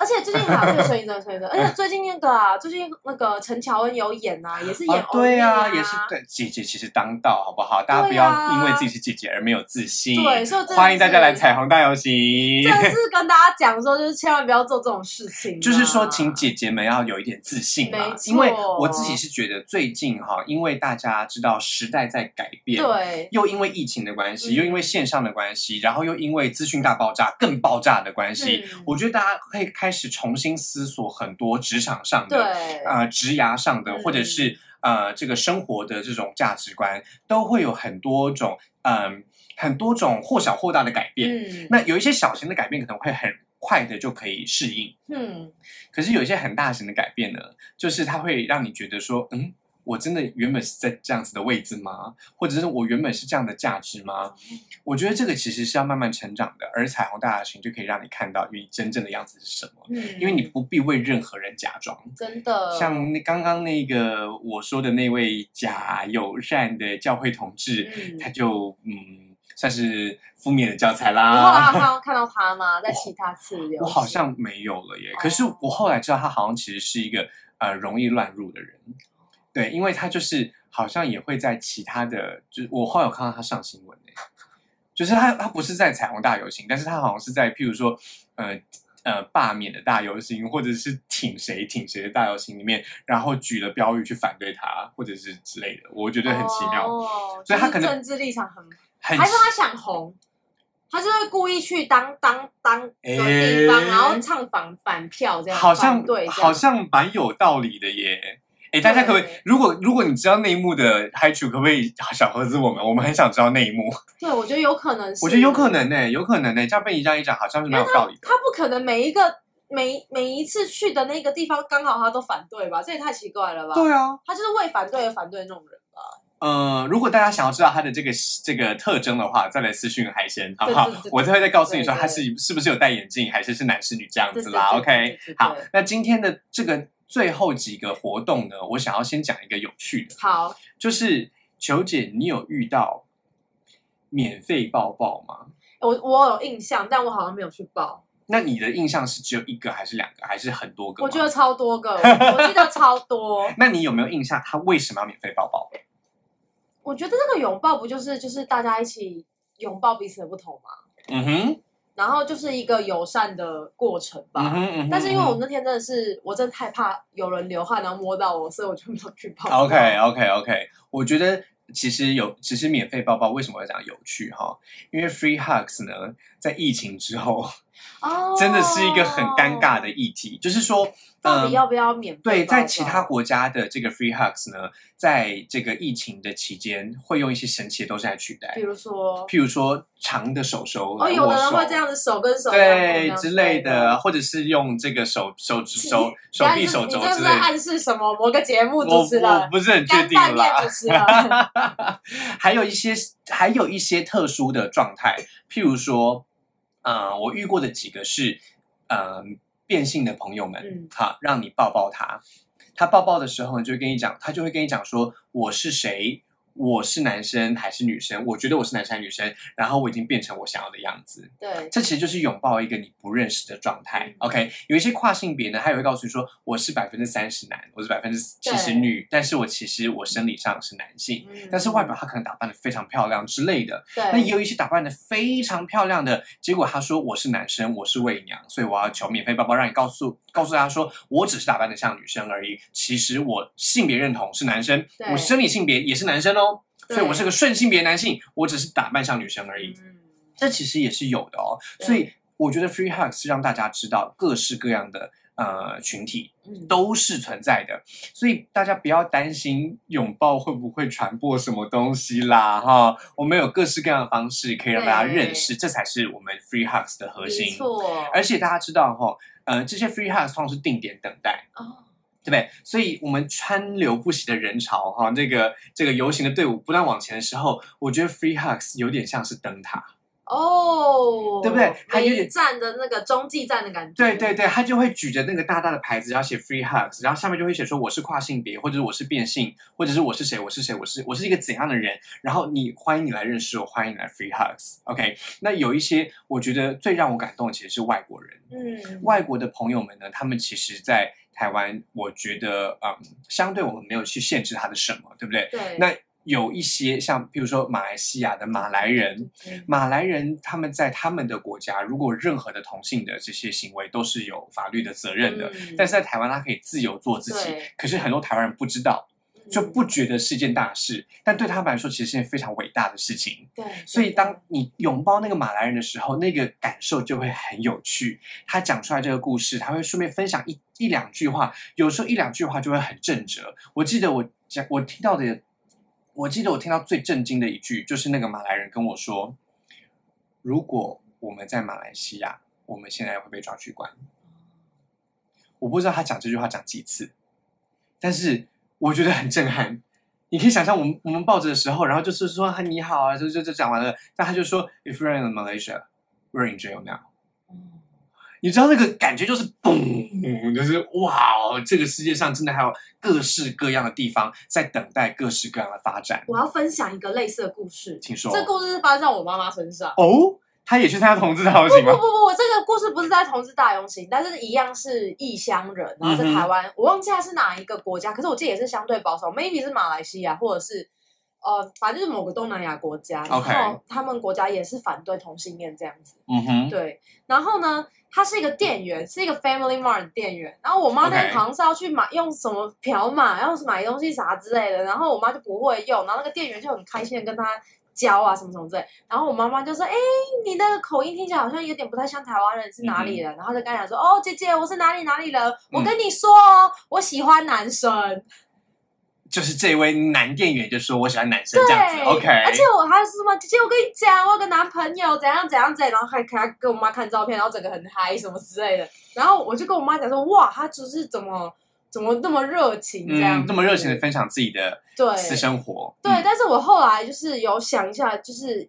Speaker 2: 而且最近啊还有对孙艺珍，孙艺珍，而且最近那个啊，最近那个陈乔恩有演啊，也是演、
Speaker 1: 啊，对
Speaker 2: 啊，
Speaker 1: 也是对姐姐其实当道，好不好？大家不
Speaker 2: 对啊
Speaker 1: 要因为自己是姐姐而没有自信。
Speaker 2: 对所以真的
Speaker 1: 欢迎大家
Speaker 2: 是
Speaker 1: 来彩虹大游行。
Speaker 2: 正 是跟大家讲说，就是千万不要做这种事情、啊。
Speaker 1: 就是说，请姐姐们要有一点自信
Speaker 2: 没
Speaker 1: 啦，
Speaker 2: 错
Speaker 1: 因为我自己是觉得最近哈，因为大家知道时代在改变，
Speaker 2: 对，
Speaker 1: 又因为疫情的关系，
Speaker 2: 嗯
Speaker 1: 又因为线上的关系，然后又因为资讯大爆炸更爆炸的关系，
Speaker 2: 嗯
Speaker 1: 我觉得大家可以开始重新思索很多职场上的、
Speaker 2: 对，
Speaker 1: 呃职涯上的，
Speaker 2: 嗯
Speaker 1: 或者是呃这个生活的这种价值观，都会有很多种嗯、很多种或小或大的改变。
Speaker 2: 嗯
Speaker 1: 那有一些小型的改变可能会很快的就可以适应，
Speaker 2: 嗯，
Speaker 1: 可是有一些很大型的改变呢，就是它会让你觉得说，嗯，我真的原本是在这样子的位置吗？或者是我原本是这样的价值吗？我觉得这个其实是要慢慢成长的，而彩虹大型就可以让你看到你真正的样子是什么，
Speaker 2: 嗯
Speaker 1: 因为你不必为任何人假装。
Speaker 2: 真的嗯
Speaker 1: 像那刚刚那个我说的那位假友善的教会同志，
Speaker 2: 嗯
Speaker 1: 他就嗯算是负面的教材
Speaker 2: 你后来有
Speaker 1: 啦。
Speaker 2: 看到看到他吗？在其他次游戏
Speaker 1: 我好像没有了耶。
Speaker 2: 哦
Speaker 1: 可是我后来知道他好像其实是一个呃容易乱入的人，对，因为他就是好像也会在其他的，就是我后来有看到他上新闻耶，就是他他不是在彩虹大游行，但是他好像是在譬如说呃。呃，罢免的大游行，或者是挺谁挺谁的大游行里面，然后举了标语去反对他，或者是之类的，我觉得很奇妙，
Speaker 2: 哦、
Speaker 1: 所以他可能
Speaker 2: 就是政治立场很，
Speaker 1: 很
Speaker 2: 还是他想红，他就会故意去当当当的地方，
Speaker 1: 哎
Speaker 2: 然后唱反反票这样，
Speaker 1: 好像
Speaker 2: 对，
Speaker 1: 好像蛮有道理的耶。哎，大家可不可以
Speaker 2: 对？
Speaker 1: 如果如果你知道内幕的嗨曲，可不可以小盒子我们？我们很想知道内幕。
Speaker 2: 对我觉得有可能 是，
Speaker 1: 我觉得有可。能呢、有可能呢、这样被你这样一讲，好像是蛮有道理的。
Speaker 2: 他不可能每一个每每一次去的那个地方刚好他都反对吧？这也太奇怪了吧？
Speaker 1: 对啊，
Speaker 2: 他就是为反对而反对那种人吧？
Speaker 1: 呃，如果大家想要知道它的这个这个特征的话，再来私讯海鲜，好不好
Speaker 2: 对对对？
Speaker 1: 我再会再告诉你说
Speaker 2: 对对
Speaker 1: 他是是不是有戴眼镜，还是是男是女这样子啦。
Speaker 2: 对对对
Speaker 1: OK，
Speaker 2: 对对对
Speaker 1: 好，那今天的这个最后几个活动呢，我想要先讲一个有趣的，
Speaker 2: 好，
Speaker 1: 就是球姐，你有遇到免费抱抱吗？
Speaker 2: 我我有印象，但我好像没有去报。
Speaker 1: 那你的印象是只有一个，还是两个，还是很多个吗？
Speaker 2: 我觉得超多个，我记得超多。
Speaker 1: 那你有没有印象他为什么要免费抱抱？
Speaker 2: 我觉得那个拥抱不就是就是大家一起拥抱彼此的不同嘛，
Speaker 1: 嗯哼，
Speaker 2: 然后就是一个友善的过程
Speaker 1: 嗯
Speaker 2: 吧。
Speaker 1: 哼，嗯哼
Speaker 2: 但是因为我那天真的是，我真的太怕有人流汗然后摸到我，所以我就没有去抱。
Speaker 1: OK OK OK，我觉得其实有，其实免费抱抱为什么会讲有趣哈？因为 free hugs 呢，在疫情之后
Speaker 2: 哦，
Speaker 1: 真的是一个很尴尬的。议题，就是说，
Speaker 2: 到底
Speaker 1: 嗯
Speaker 2: 要不要免费抱抱？
Speaker 1: 对，在其他国家的这个 free hugs 呢，在这个疫情的期间，会用一些神奇的东西来取代
Speaker 2: 比，如说，
Speaker 1: 譬如说长的手手
Speaker 2: 哦，
Speaker 1: 来
Speaker 2: 有的
Speaker 1: 握
Speaker 2: 人
Speaker 1: 手，
Speaker 2: 会这样子手跟手这样碰这
Speaker 1: 对
Speaker 2: 样
Speaker 1: 之类的，，或者是用这个手手指手手
Speaker 2: 等下
Speaker 1: 臂
Speaker 2: 你
Speaker 1: 手肘
Speaker 2: 你这
Speaker 1: 之
Speaker 2: 是
Speaker 1: 类
Speaker 2: 在
Speaker 1: 的。
Speaker 2: 暗示什么？某个节目
Speaker 1: 我
Speaker 2: 主持
Speaker 1: 我
Speaker 2: 人，
Speaker 1: 不是很确
Speaker 2: 干
Speaker 1: 定
Speaker 2: 拌面
Speaker 1: 啦
Speaker 2: 主，持人，
Speaker 1: 还有一些还有一些特殊的状态，譬如说，呃，我遇过的几个是，呃，变性的朋友们
Speaker 2: 嗯，
Speaker 1: 好、让你抱抱他，他抱抱的时候呢，就会跟你讲，他就会跟你讲说我是谁。我是男生还是女生？我觉得我是男生还是女生，然后我已经变成我想要的样子。
Speaker 2: 对，
Speaker 1: 这其实就是拥抱一个你不认识的状态
Speaker 2: 嗯。
Speaker 1: OK，有一些跨性别呢，他也会告诉你说，我是百分之三十男，我是百分之七十
Speaker 2: 对
Speaker 1: 女，但是我其实我生理上是男性，
Speaker 2: 嗯
Speaker 1: 但是外表他可能打扮的非常漂亮之类的。
Speaker 2: 对，
Speaker 1: 那也有一些打扮的非常漂亮的，结果他说我是男生，我是伪娘，所以我要求免费包包，让你告诉告诉大家说，我只是打扮的像女生而已，其实我性别认同是男生，
Speaker 2: 对
Speaker 1: 我生理性别也是男生哦，所以
Speaker 2: 对
Speaker 1: 我是个顺性别男性，我只是打扮像女生而已。
Speaker 2: 嗯
Speaker 1: 这其实也是有的哦。
Speaker 2: 对
Speaker 1: 所以我觉得 free hug 是让大家知道各式各样的呃群体
Speaker 2: 嗯
Speaker 1: 都是存在的，所以大家不要担心拥抱会不会传播什么东西啦哈。我们有各式各样的方式可以让大家
Speaker 2: 对
Speaker 1: 认识，这才是我们 free hugs 的核
Speaker 2: 没
Speaker 1: 心。
Speaker 2: 错，
Speaker 1: 而且大家知道哈、哦，呃，这些 free hugs 通常是定点等待。
Speaker 2: 哦
Speaker 1: 对不对？所以我们川流不息的人潮哈，这个这个游行的队伍不断往前的时候，我觉得 free hugs 有点像是灯塔，
Speaker 2: 哦，
Speaker 1: 对不对还有
Speaker 2: 每
Speaker 1: 点
Speaker 2: 一站的那个中继站的感觉，
Speaker 1: 对对对，他就会举着那个大大的牌子，然后写 free hugs，然后下面就会写说我是跨性别，或者是我是变性，或者是我是谁，我是谁，我是我是一个怎样的人。然后你欢迎你来认识我，欢迎你来 free hugs。OK，那有一些我觉得最让我感动的其实是外国人，
Speaker 2: 嗯，
Speaker 1: 外国的朋友们呢，他们其实在台湾，我觉得嗯，相对我们没有去限制他的什么，对不对？
Speaker 2: 对，
Speaker 1: 那有一些像比如说马来西亚的马来人，
Speaker 2: 嗯
Speaker 1: 马来人他们在他们的国家，如果任何的同性的这些行为都是有法律的责任的，
Speaker 2: 嗯
Speaker 1: 但是在台湾他可以自由做自己
Speaker 2: 对。嗯
Speaker 1: 可是很多台湾人不知道，就不觉得是件大事，但对他们来说其实是件非常伟大的事情。
Speaker 2: 对，对
Speaker 1: 所以，
Speaker 2: 对
Speaker 1: 当你拥抱那个马来人的时候，那个感受就会很有趣。他讲出来这个故事，他会顺便分享一一两句话，有时候一两句话就会很震折。我记得我讲，我听到的，我记得我听到最震惊的一句，就是那个马来人跟我说：“如果我们在马来西亚，我们现在会被抓去关。我不知道他讲这句话讲几次，但是我觉得很震撼。你可以想象我们我们抱着的时候，然后就是说啊你好啊，就就就讲完了，但他就说 If you're in Malaysia, we're in jail now。
Speaker 2: 嗯
Speaker 1: 你知道那个感觉就是嘣，就是哇哦，这个世界上真的还有各式各样的地方在等待各式各样的发展。
Speaker 2: 我要分享一个类似的故事，
Speaker 1: 请说。
Speaker 2: 这故事是发生在我妈妈身上。
Speaker 1: 哦，他也去参加同志大游
Speaker 2: 不
Speaker 1: 行
Speaker 2: 不
Speaker 1: 吗？
Speaker 2: 不不，这个故事不是在同志大游行，但是一样是异乡人，然后在
Speaker 1: 嗯哼
Speaker 2: 台湾，我忘记他是哪一个国家，可是我记得也是相对保守，maybe 是马来西亚或者是呃，反正就是某个东南亚国家，然
Speaker 1: OK
Speaker 2: 后他们国家也是反对同性恋这样子。
Speaker 1: 嗯哼，
Speaker 2: 对，然后呢，他是一个店员，是一个 Family Mart 的店员。然后我妈那
Speaker 1: OK
Speaker 2: 天好像是要去买用什么瓢码，要买东西啥之类的，然后我妈就不会用，然后那个店员就很开心的跟他教啊什么什么之类。然后我妈妈就说：“哎、你的口音听起来好像有点不太像台湾人，是哪
Speaker 1: 嗯
Speaker 2: 里人？”然后就跟他讲说：“哦，姐姐，我是哪里哪里人，我跟你说哦，我喜欢男生。”
Speaker 1: 就是这位男店员就说我喜欢男生这样子
Speaker 2: 对
Speaker 1: ，OK。
Speaker 2: 而且我还是什么，姐姐，我跟你讲，我有个男朋友，怎样怎样怎样，然后还给他给我妈看照片，然后整个很嗨什么之类的。然后我就跟我妈讲说，哇，他就是怎么怎么那么热情这
Speaker 1: 嗯
Speaker 2: 样子，，
Speaker 1: 这么热情的分享自己的
Speaker 2: 对
Speaker 1: 私生活，
Speaker 2: 对、
Speaker 1: 嗯
Speaker 2: 但是我后来就是有想一下，就是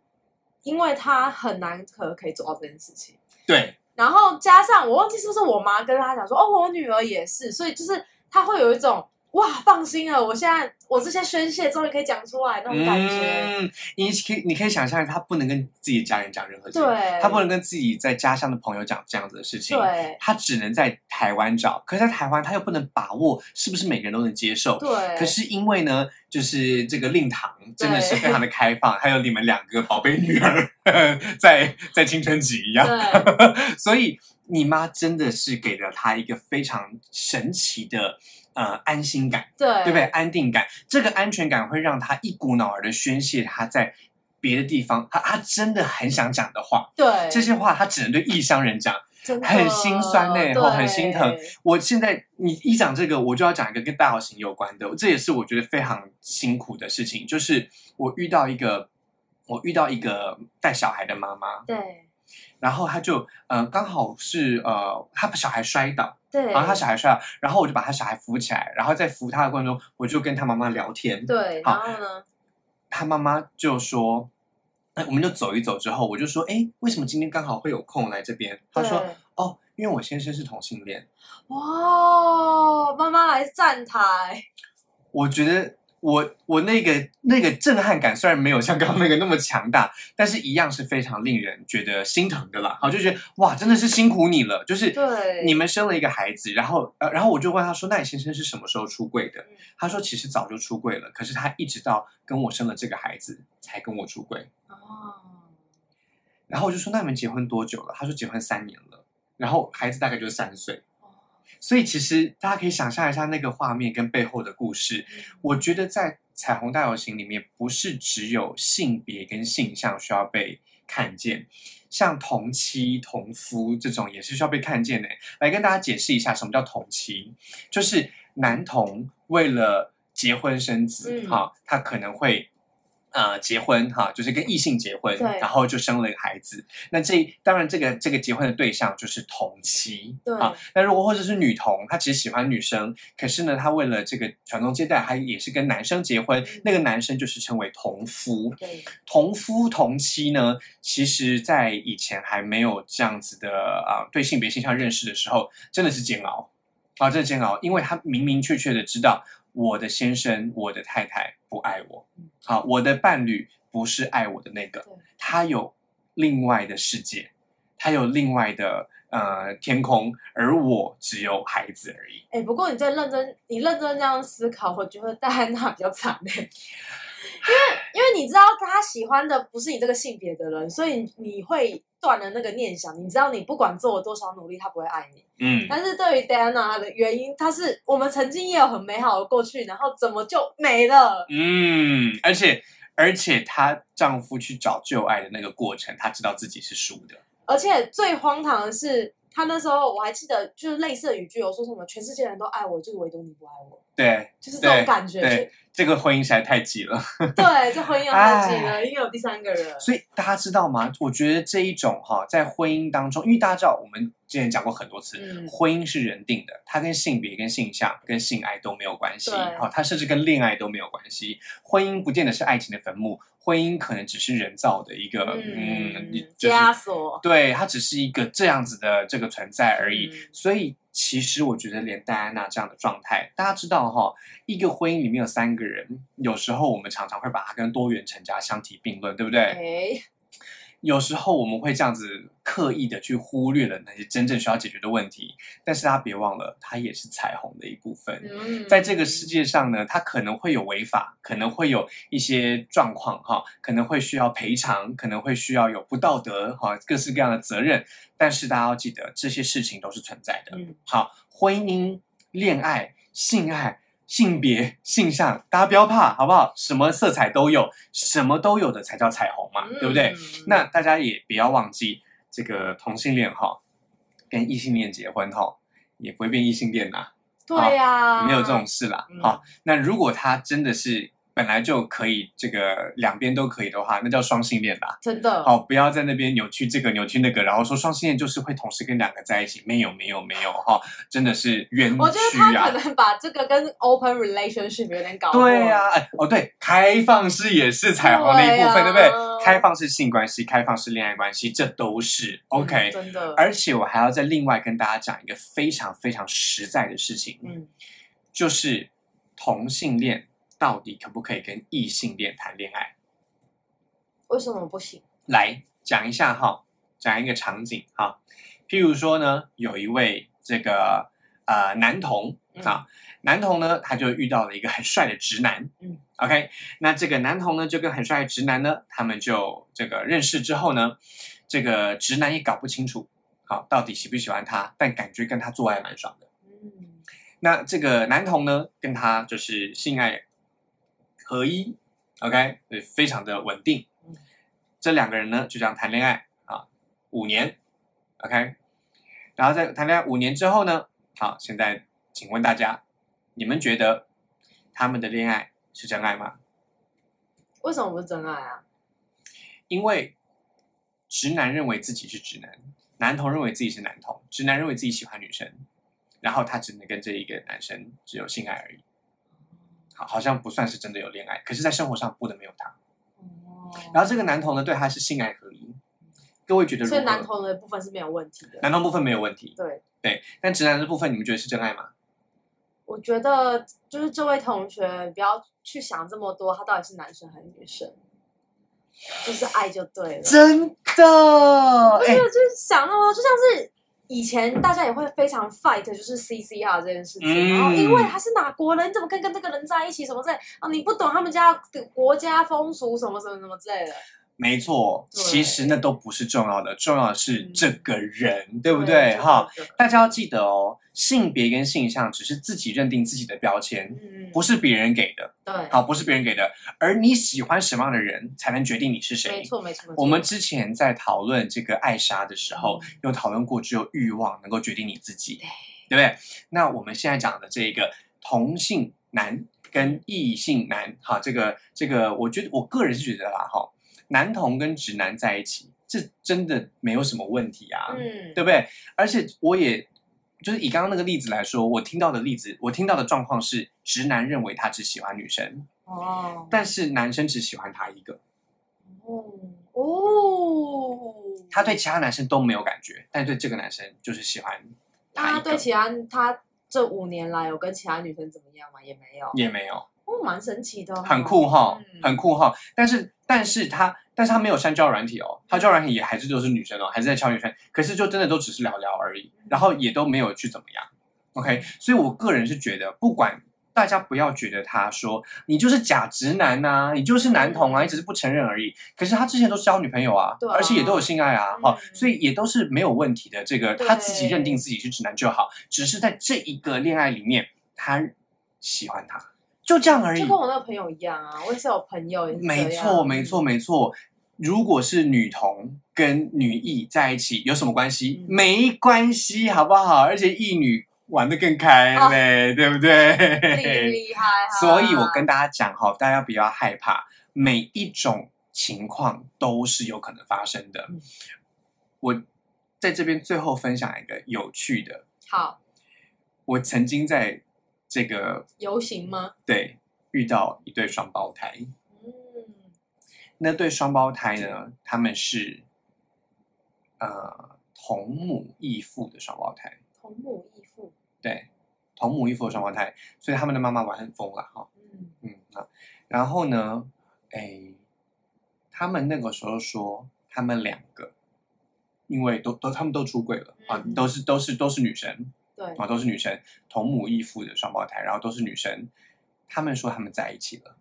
Speaker 2: 因为他很难可可以做到这件事情。
Speaker 1: 对，
Speaker 2: 然后加上我忘记是不是我妈跟她讲说，哦，我女儿也是，所以就是她会有一种哇，放心了，我现在我这些宣泄终于可以讲出来那种感觉。
Speaker 1: 嗯，你可以你可以想象，他不能跟自己家人讲任何事情，
Speaker 2: 对，
Speaker 1: 他不能跟自己在家乡的朋友讲这样子的事情，
Speaker 2: 对
Speaker 1: 他只能在台湾找。可是，在台湾他又不能把握是不是每个人都能接受。
Speaker 2: 对，
Speaker 1: 可是因为呢，就是这个令堂真的是
Speaker 2: 对
Speaker 1: 非常的开放，还有你们两个宝贝女儿 在在青春期一样，
Speaker 2: 对
Speaker 1: 所以你妈真的是给了她一个非常神奇的呃安心感，
Speaker 2: 对
Speaker 1: 对不对？？安定感，这个安全感会让她一股脑儿的宣泄她在别的地方，她她真的很想讲的话，
Speaker 2: 对，
Speaker 1: 这些话她只能对异乡人讲。
Speaker 2: 真的
Speaker 1: 很心酸欸吼
Speaker 2: 对
Speaker 1: 很心疼我现在你一讲这个，我就要讲一个跟大好型有关的，这也是我觉得非常辛苦的事情，就是我遇到一个。我遇到一个带小孩的妈妈，
Speaker 2: 对
Speaker 1: 然后她就呃刚好是呃她把小孩摔倒，
Speaker 2: 对，
Speaker 1: 然后他小孩摔了，然后我就把他小孩扶起来，然后在扶他的过程中，我就跟他妈妈聊天。
Speaker 2: 对，然
Speaker 1: 好
Speaker 2: 后呢？
Speaker 1: 他妈妈就说，哎，我们就走一走之后，我就说，哎，为什么今天刚好会有空来这边？他说，
Speaker 2: 对
Speaker 1: 哦，因为我先生是同性恋。
Speaker 2: 哇，妈妈来站台，
Speaker 1: 我觉得我我那个那个震撼感虽然没有像刚刚那个那么强大，但是一样是非常令人觉得心疼的啦。好，就觉得哇，真的是辛苦你了，就是
Speaker 2: 对
Speaker 1: 你们生了一个孩子，然后呃，然后我就问他说，那你先生是什么时候出柜的
Speaker 2: 嗯？
Speaker 1: 他说其实早就出柜了，可是他一直到跟我生了这个孩子才跟我出柜。
Speaker 2: 哦，
Speaker 1: 然后我就说，那你们结婚多久了？他说结婚三年了，然后孩子大概就是三岁。所以其实大家可以想象一下那个画面跟背后的故事，我觉得在彩虹大游行里面，不是只有性别跟性向需要被看见，像同妻同夫这种也是需要被看见的。来跟大家解释一下什么叫同妻，就是男童为了结婚生子，
Speaker 2: 嗯
Speaker 1: 哈、他可能会。呃，结婚哈，就是跟异性结婚，
Speaker 2: 对
Speaker 1: 然后就生了一个孩子。那这当然，这个这个结婚的对象就是同妻，
Speaker 2: 对
Speaker 1: 啊，那如果或者是女童，她其实喜欢女生，可是呢，她为了这个传宗接代，她也是跟男生结婚
Speaker 2: 嗯，
Speaker 1: 那个男生就是称为同夫。
Speaker 2: 对
Speaker 1: 同夫同妻呢，其实在以前还没有这样子的啊、对性别倾向认识的时候，真的是煎熬啊，真的煎熬，因为他明明确确的知道我的先生、我的太太不爱我
Speaker 2: 嗯，
Speaker 1: 啊，我的伴侣不是爱我的那个
Speaker 2: 对，
Speaker 1: 他有另外的世界，他有另外的呃天空，而我只有孩子而已。
Speaker 2: 哎，不过你再认真，你认真这样思考，我觉得戴安娜比较惨哎，因为因为你知道他喜欢的不是你这个性别的人，所以你会断了那个念想，你知道你不管做了多少努力，他不会爱你。
Speaker 1: 嗯，
Speaker 2: 但是对于 Diana 的原因，她是我们曾经也有很美好的过去，然后怎么就没了？
Speaker 1: 嗯，而且而且她丈夫去找旧爱的那个过程，她知道自己是输的。
Speaker 2: 而且最荒唐的是，他那时候我还记得，就是类似的语句有说什么“全世界人都爱我，就是唯独你不爱我
Speaker 1: 对”，
Speaker 2: 就是这种
Speaker 1: 对
Speaker 2: 感觉。
Speaker 1: 对，这个婚姻实在太挤了。
Speaker 2: 就对，这婚姻有自己了，因为有第三个人。
Speaker 1: 所以大家知道吗？我觉得这一种哈，在婚姻当中，因为大家知道我们之前讲过很多次，
Speaker 2: 嗯
Speaker 1: 婚姻是人定的，它跟性别、跟性向、跟性爱都没有关系，
Speaker 2: 对
Speaker 1: 好，它甚至跟恋爱都没有关系。婚姻不见得是爱情的坟墓，婚姻可能只是人造的一个，嗯，你就是
Speaker 2: 枷锁。
Speaker 1: 对，它只是一个这样子的这个存在而已。
Speaker 2: 嗯
Speaker 1: 所以其实我觉得，连戴安娜这样的状态，大家知道哈、一个婚姻里面有三个人，有时候我们常常会把它跟多元成家相提并论，对不对？
Speaker 2: 哎，
Speaker 1: 有时候我们会这样子刻意的去忽略了那些真正需要解决的问题，但是大家别忘了，它也是彩虹的一部分。
Speaker 2: 嗯
Speaker 1: 在这个世，界上呢，它可能会有违法，可能会有一些状况哈，可能会需要赔偿，可能会需要有不道德哈，各式各样的责任。但是大家要记得，这些事情都是存在的。
Speaker 2: 嗯，
Speaker 1: 好，婚姻、恋爱、性爱、性别、性向，大家不要怕，好不好？什么色彩都有，什么都有的才叫彩虹嘛，对不对？
Speaker 2: 嗯？
Speaker 1: 那大家也不要忘记，这个同性恋哈，跟异性恋结婚哈，也不会变异性恋啦，
Speaker 2: 对呀，
Speaker 1: 哦没有这种事啦。
Speaker 2: 啊嗯
Speaker 1: 好，那如果他真的是本来就可以，这个两边都可以的话，那叫双性恋啦。
Speaker 2: 真的。
Speaker 1: 好，哦不要在那边扭曲这个扭曲那个，然后说双性恋就是会同时跟两个在一起，没有没有没有哈、真的是冤
Speaker 2: 我觉得
Speaker 1: 屈
Speaker 2: 他可
Speaker 1: 啊。
Speaker 2: 能把这个跟 open relationship 有点搞混。嗯
Speaker 1: 对呀、哎哦对，开放式也是彩虹的一部分，对,、
Speaker 2: 对啊
Speaker 1: 不对？开放式性关系、开放式恋爱关系，这都是
Speaker 2: 嗯
Speaker 1: OK、
Speaker 2: 真的。
Speaker 1: 而且我还要再另外跟大家讲一个非常非常实在的事情，
Speaker 2: 嗯，
Speaker 1: 就是同性恋到底可不可以跟异性恋谈恋爱？
Speaker 2: 为什么不行？
Speaker 1: 来讲一下哈，讲一个场景哈，譬如说呢，有一位这个呃男童
Speaker 2: 嗯
Speaker 1: 啊，男童呢他就遇到了一个很帅的直男，
Speaker 2: 嗯
Speaker 1: ，OK，那这个男童呢就跟很帅的直男呢，他们就这个认识之后呢，这个直男也搞不清楚，好、到底喜不喜欢他，但感觉跟他做爱蛮爽的。
Speaker 2: 嗯，
Speaker 1: 那这个男童呢，跟他就是性爱合一，OK，对，非常的稳定
Speaker 2: 嗯。
Speaker 1: 这两个人呢，就这样谈恋爱啊，五年，OK，然后在谈恋爱五年之后呢，好，现在请问大家，你们觉得他们的恋爱是真爱吗？
Speaker 2: 为什么不是真爱啊？
Speaker 1: 因为直男认为自己是直男，男童认为自己是男童，直男认为自己喜欢女生，然后他只能跟这一个男生只有性爱而已。好，好像不算是真的有恋爱，可是，在生活上不能没有他。
Speaker 2: 哦，
Speaker 1: 然后这个男童呢，对他是性爱合一，各位觉得如
Speaker 2: 所
Speaker 1: 何？
Speaker 2: 以男同的部分是没有问题的。
Speaker 1: 男童部分没有问题，
Speaker 2: 对，
Speaker 1: 对，但直男的部分，你们觉得是真爱吗？
Speaker 2: 我觉得就是这位同学不要去想这么多，他到底是男生还是女生，就是爱就对了。
Speaker 1: 真的，
Speaker 2: 不
Speaker 1: 哎、
Speaker 2: 是，就是想那么多，就像是以前大家也会非常 fight，就是 CCR 这件事情，
Speaker 1: 嗯
Speaker 2: 然后因为他是哪国人，你怎么可以跟这个人在一起，什么之类的啊，你不懂他们家的国家风俗，什么什么什么之类的，
Speaker 1: 没错，
Speaker 2: 对
Speaker 1: 其实那都不是重要的，重要的是
Speaker 2: 嗯
Speaker 1: 这个人，对
Speaker 2: 对
Speaker 1: 不对？哈，，
Speaker 2: 就是这个
Speaker 1: 大家要记得哦，性别跟性向只是自己认定自己的标签，
Speaker 2: 嗯，
Speaker 1: 不是别人给的。
Speaker 2: 对，
Speaker 1: 好，不是别人给的，而你喜欢什么样的人，才能决定你是谁。
Speaker 2: 没错没错，没错
Speaker 1: 我们之前在讨论这个艾莎的时候，有讨论过，只有欲望能够决定你自己，对不对？那我们现在讲的这个同性男跟异性男，哈，这个这个，我觉得我个人是觉得啦，哈，男同跟直男在一起，这真的没有什么问题啊，
Speaker 2: 嗯，
Speaker 1: 对不对？而且我也就是以刚刚那个例子来说，我听到的例子，我听到的状况是，直男认为他只喜欢女生，
Speaker 2: 哦，
Speaker 1: 但是男生只喜欢他一个，
Speaker 2: 嗯哦，
Speaker 1: 他对其他男生都没有感觉，但对这个男生就是喜欢他
Speaker 2: 他
Speaker 1: 一个，
Speaker 2: 啊对其他他这五年来有跟其他女生怎么样吗？也没有，
Speaker 1: 也没有，
Speaker 2: 哦，蛮神奇的哦，
Speaker 1: 很酷哈，
Speaker 2: 嗯
Speaker 1: 很酷哈。但是，但是他，但是他没有删交软体哦，他交软体也还是都是女生哦，还是在敲女生，可是就真的都只是聊聊而
Speaker 2: 嗯
Speaker 1: 已，然后也都没有去怎么样。OK，所以我个人是觉得，不管大家不要觉得他说你就是假直男呐、你就是男同啊，你只是不承认而已。可是他之前都是交女朋友啊，
Speaker 2: 对啊
Speaker 1: 而且也都有性爱啊，
Speaker 2: 嗯
Speaker 1: 哦，所以也都是没有问题的。这个
Speaker 2: 对
Speaker 1: 他自己认定自己是直男就好，只是在这一个恋爱里面，他喜欢他，就这样而已
Speaker 2: 就。跟我那个朋友一样啊，我也是有朋友也是这样
Speaker 1: 没错，没错，，没错。如果是女童跟女艺在一起有什么关系？
Speaker 2: 嗯
Speaker 1: 没关系，好不好？而且艺女玩的更开嘞，对不
Speaker 2: 哦 厉
Speaker 1: 对？
Speaker 2: 厉害啊哈。
Speaker 1: 所以，我跟大家讲哈，大家不要害怕，每一种情况都是有可能发生的
Speaker 2: 嗯。
Speaker 1: 我在这边最后分享一个有趣的，
Speaker 2: 好
Speaker 1: 我曾经在这个
Speaker 2: 游行吗？
Speaker 1: 对遇到一对双胞胎，
Speaker 2: 嗯，
Speaker 1: 那对双胞胎呢，他们是呃同母异父的双胞胎，
Speaker 2: 同母异父。
Speaker 1: 对，同母异父的双胞胎，所以他们的妈妈玩很疯了哈，
Speaker 2: 嗯
Speaker 1: 嗯啊，然后呢，哎，他们那个时候说他们两个，因为都都他们都出柜了啊
Speaker 2: 嗯，
Speaker 1: 都是都是都是女生
Speaker 2: 对，
Speaker 1: 啊，都是女生，同母异父的双胞胎，然后都是女生，他们说他们在一起了，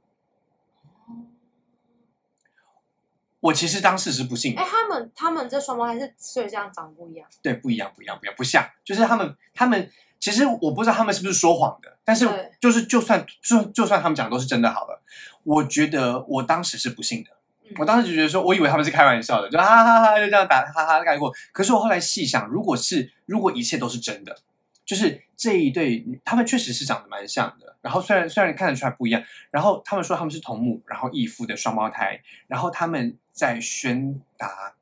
Speaker 2: 哦
Speaker 1: 我其实当事是不信的
Speaker 2: 哎，。他们他们这双胞胎是所以这样长不一样，
Speaker 1: 对，不一样，不一样，不一样，不像，就是他们，他们其实我不知道他们是不是说谎的，但是
Speaker 2: 对
Speaker 1: 就是就算就就算他们讲的都是真的好了，我觉得我当时是不信的，
Speaker 2: 嗯
Speaker 1: 我当时就觉得说，我以为他们是开玩笑的，就哈哈哈哈就这样打哈哈概括。可是我后来细想，如果是如果一切都是真的，就是这一对他们确实是长得蛮像的，然后虽然虽然看得出来不一样，然后他们说他们是同母，然后异父的双胞胎，然后他们在宣达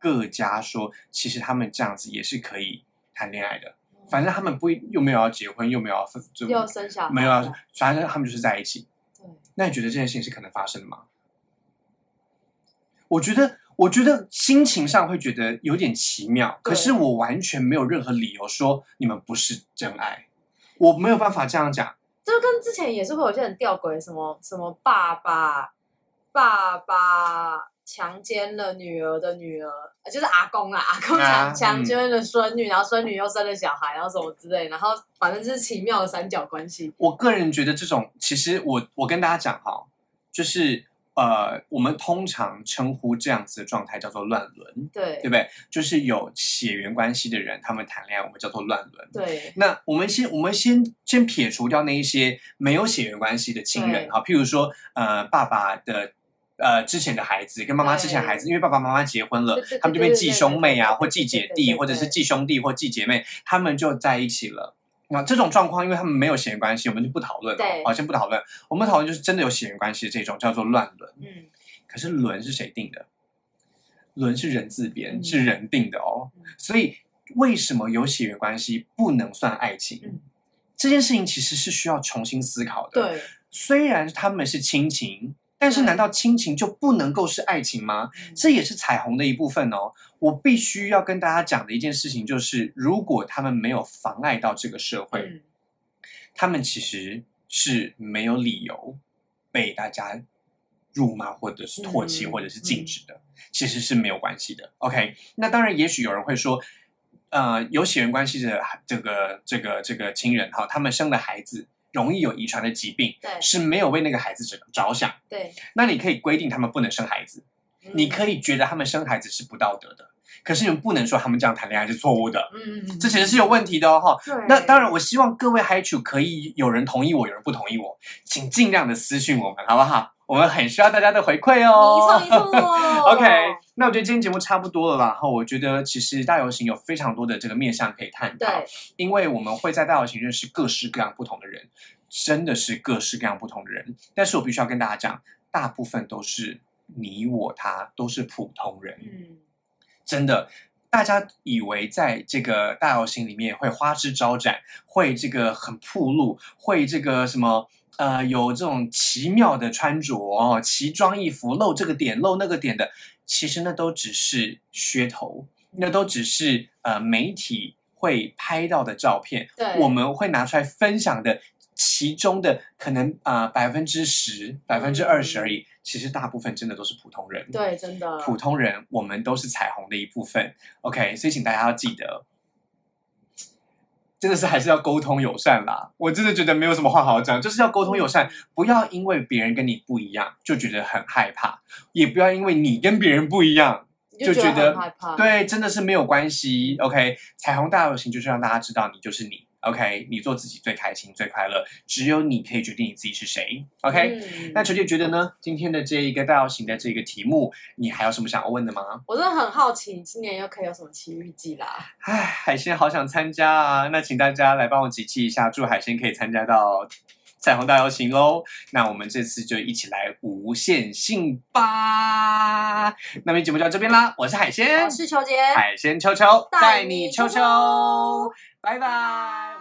Speaker 1: 各家说，其实他们这样子也是可以谈恋爱的，反正他们不一又没有要结婚，又没有要分就
Speaker 2: 又生小孩
Speaker 1: 没有啊要，反正他们就是在一起。
Speaker 2: 对，
Speaker 1: 那你觉得这件事情是可能发生的吗？我觉得，我觉得心情上会觉得有点奇妙，
Speaker 2: 对
Speaker 1: 可是我完全没有任何理由说你们不是真爱，我没有办法这样讲。
Speaker 2: 就跟之前也是会有些人吊诡，什么什么爸爸爸爸强奸了女儿的女儿，呃就是阿公啦，阿公
Speaker 1: 啊
Speaker 2: 强强奸了孙女，然后孙女又生了小孩，然后什么之类，然后反正就是奇妙的三角关系。
Speaker 1: 我个人觉得这种，其实我我跟大家讲哈，就是呃，我们通常称呼这样子的状态叫做乱伦，
Speaker 2: 对
Speaker 1: 对不对？就是有血缘关系的人，他们谈恋爱，我们叫做乱伦。
Speaker 2: 对
Speaker 1: 那我们先，我们先先撇除掉那一些没有血缘关系的亲人
Speaker 2: 对
Speaker 1: 哈，譬如说，呃，爸爸的呃之前的孩子跟妈妈之前的孩子，因为爸爸妈妈结婚了
Speaker 2: 对对对，
Speaker 1: 他们就变
Speaker 2: 对对
Speaker 1: 继
Speaker 2: 对
Speaker 1: 兄妹啊，
Speaker 2: 对对
Speaker 1: 或继姐弟，
Speaker 2: 对对对对
Speaker 1: 或者是继兄弟或继姐妹，他们就在一起了。那这种状况，因为他们没有血缘关系，我们就不讨论了
Speaker 2: 对，
Speaker 1: 好，先不讨论。我们讨论就是真的有血缘关系的这种，叫做乱伦。
Speaker 2: 嗯，
Speaker 1: 可是伦是谁定的？伦是人字边，
Speaker 2: 嗯
Speaker 1: 是人定的哦
Speaker 2: 嗯。
Speaker 1: 所以为什么有血缘关系不能算爱情？
Speaker 2: 嗯
Speaker 1: 这件事情其实是需要重新思考的。，
Speaker 2: 对，
Speaker 1: 虽然他们是亲情，但是
Speaker 2: 对
Speaker 1: 难道亲情就不能够是爱情吗？
Speaker 2: 嗯
Speaker 1: 这也是彩虹的一部分哦。我必须要跟大家讲的一件事情就是，如果他们没有妨碍到这个社会，
Speaker 2: 嗯
Speaker 1: 他们其实是没有理由被大家辱骂或者是唾弃
Speaker 2: 嗯
Speaker 1: 或者是禁止的，其实是没有关系的。OK，那当然，也许有人会说，呃，有血缘关系的这个这个这个亲人哈，他们生的孩子容易有遗传的疾病，
Speaker 2: 对
Speaker 1: 是没有为那个孩子着着想。
Speaker 2: 对，
Speaker 1: 那你可以规定他们不能生孩子，
Speaker 2: 嗯
Speaker 1: 你可以觉得他们生孩子是不道德的，可是你们不能说他们这样谈恋爱是错误的，
Speaker 2: 嗯，嗯
Speaker 1: 这其实是有问题的哦哈。
Speaker 2: 对
Speaker 1: 那当然，我希望各位嗨曲可以有人同意我，有人不同意我，请尽量的私讯我们，好不好？我们很需要大家的回馈
Speaker 2: 你错
Speaker 1: 哦。
Speaker 2: 你 错
Speaker 1: OK，那我觉得今天节目差不多了啦。然后我觉得其实大游行有非常多的这个面向可以探讨
Speaker 2: 对，，
Speaker 1: 因为我们会在大游行认识各式各样不同的人，真的是各式各样不同的人。但是我必须要跟大家讲，大部分都是你我他都是普通人。
Speaker 2: 嗯，
Speaker 1: 真的，大家以为在这个大游行里面会花枝招展，会这个很铺路，会这个什么。呃，有这种奇妙的穿着哦，奇装异服，露这个点，露那个点的，其实那都只是噱头，那都只是呃媒体会拍到的照片，
Speaker 2: 对，
Speaker 1: 我们会拿出来分享的，其中的可能啊百分之十、百分之二十而已，其实大部分真的都是普通人。
Speaker 2: 嗯对真的
Speaker 1: 普通人，我们都是彩虹的一部分。OK，所以请大家要记得，真的是还是要沟通友善啦。我真的觉得没有什么话好讲，就是要沟通友善，不要因为别人跟你不一样就觉得很害怕，也不要因为你跟别人不一样。
Speaker 2: 你
Speaker 1: 就觉得
Speaker 2: 很害怕，
Speaker 1: 对，真的是没有关系。OK，彩虹大游行就是让大家知道你就是你， ，OK，你做自己最开心、最快乐，只有你可以决定你自己是谁，OK、
Speaker 2: 嗯
Speaker 1: 那球姐觉得呢？今天的这一个大游行的这个题目，你还有什么想要问的吗？
Speaker 2: 我真的很好奇，今年又可以有什么奇遇记啦？
Speaker 1: 唉，海鲜好想参加啊！那请大家来帮我集气一下，祝海鲜可以参加到彩虹大游行喽！那我们这次就一起来无限性吧！那么节目就到这边啦，我是海鲜
Speaker 2: 我，是球杰，
Speaker 1: 海鲜秋秋，
Speaker 2: 带你秋秋
Speaker 1: 拜拜。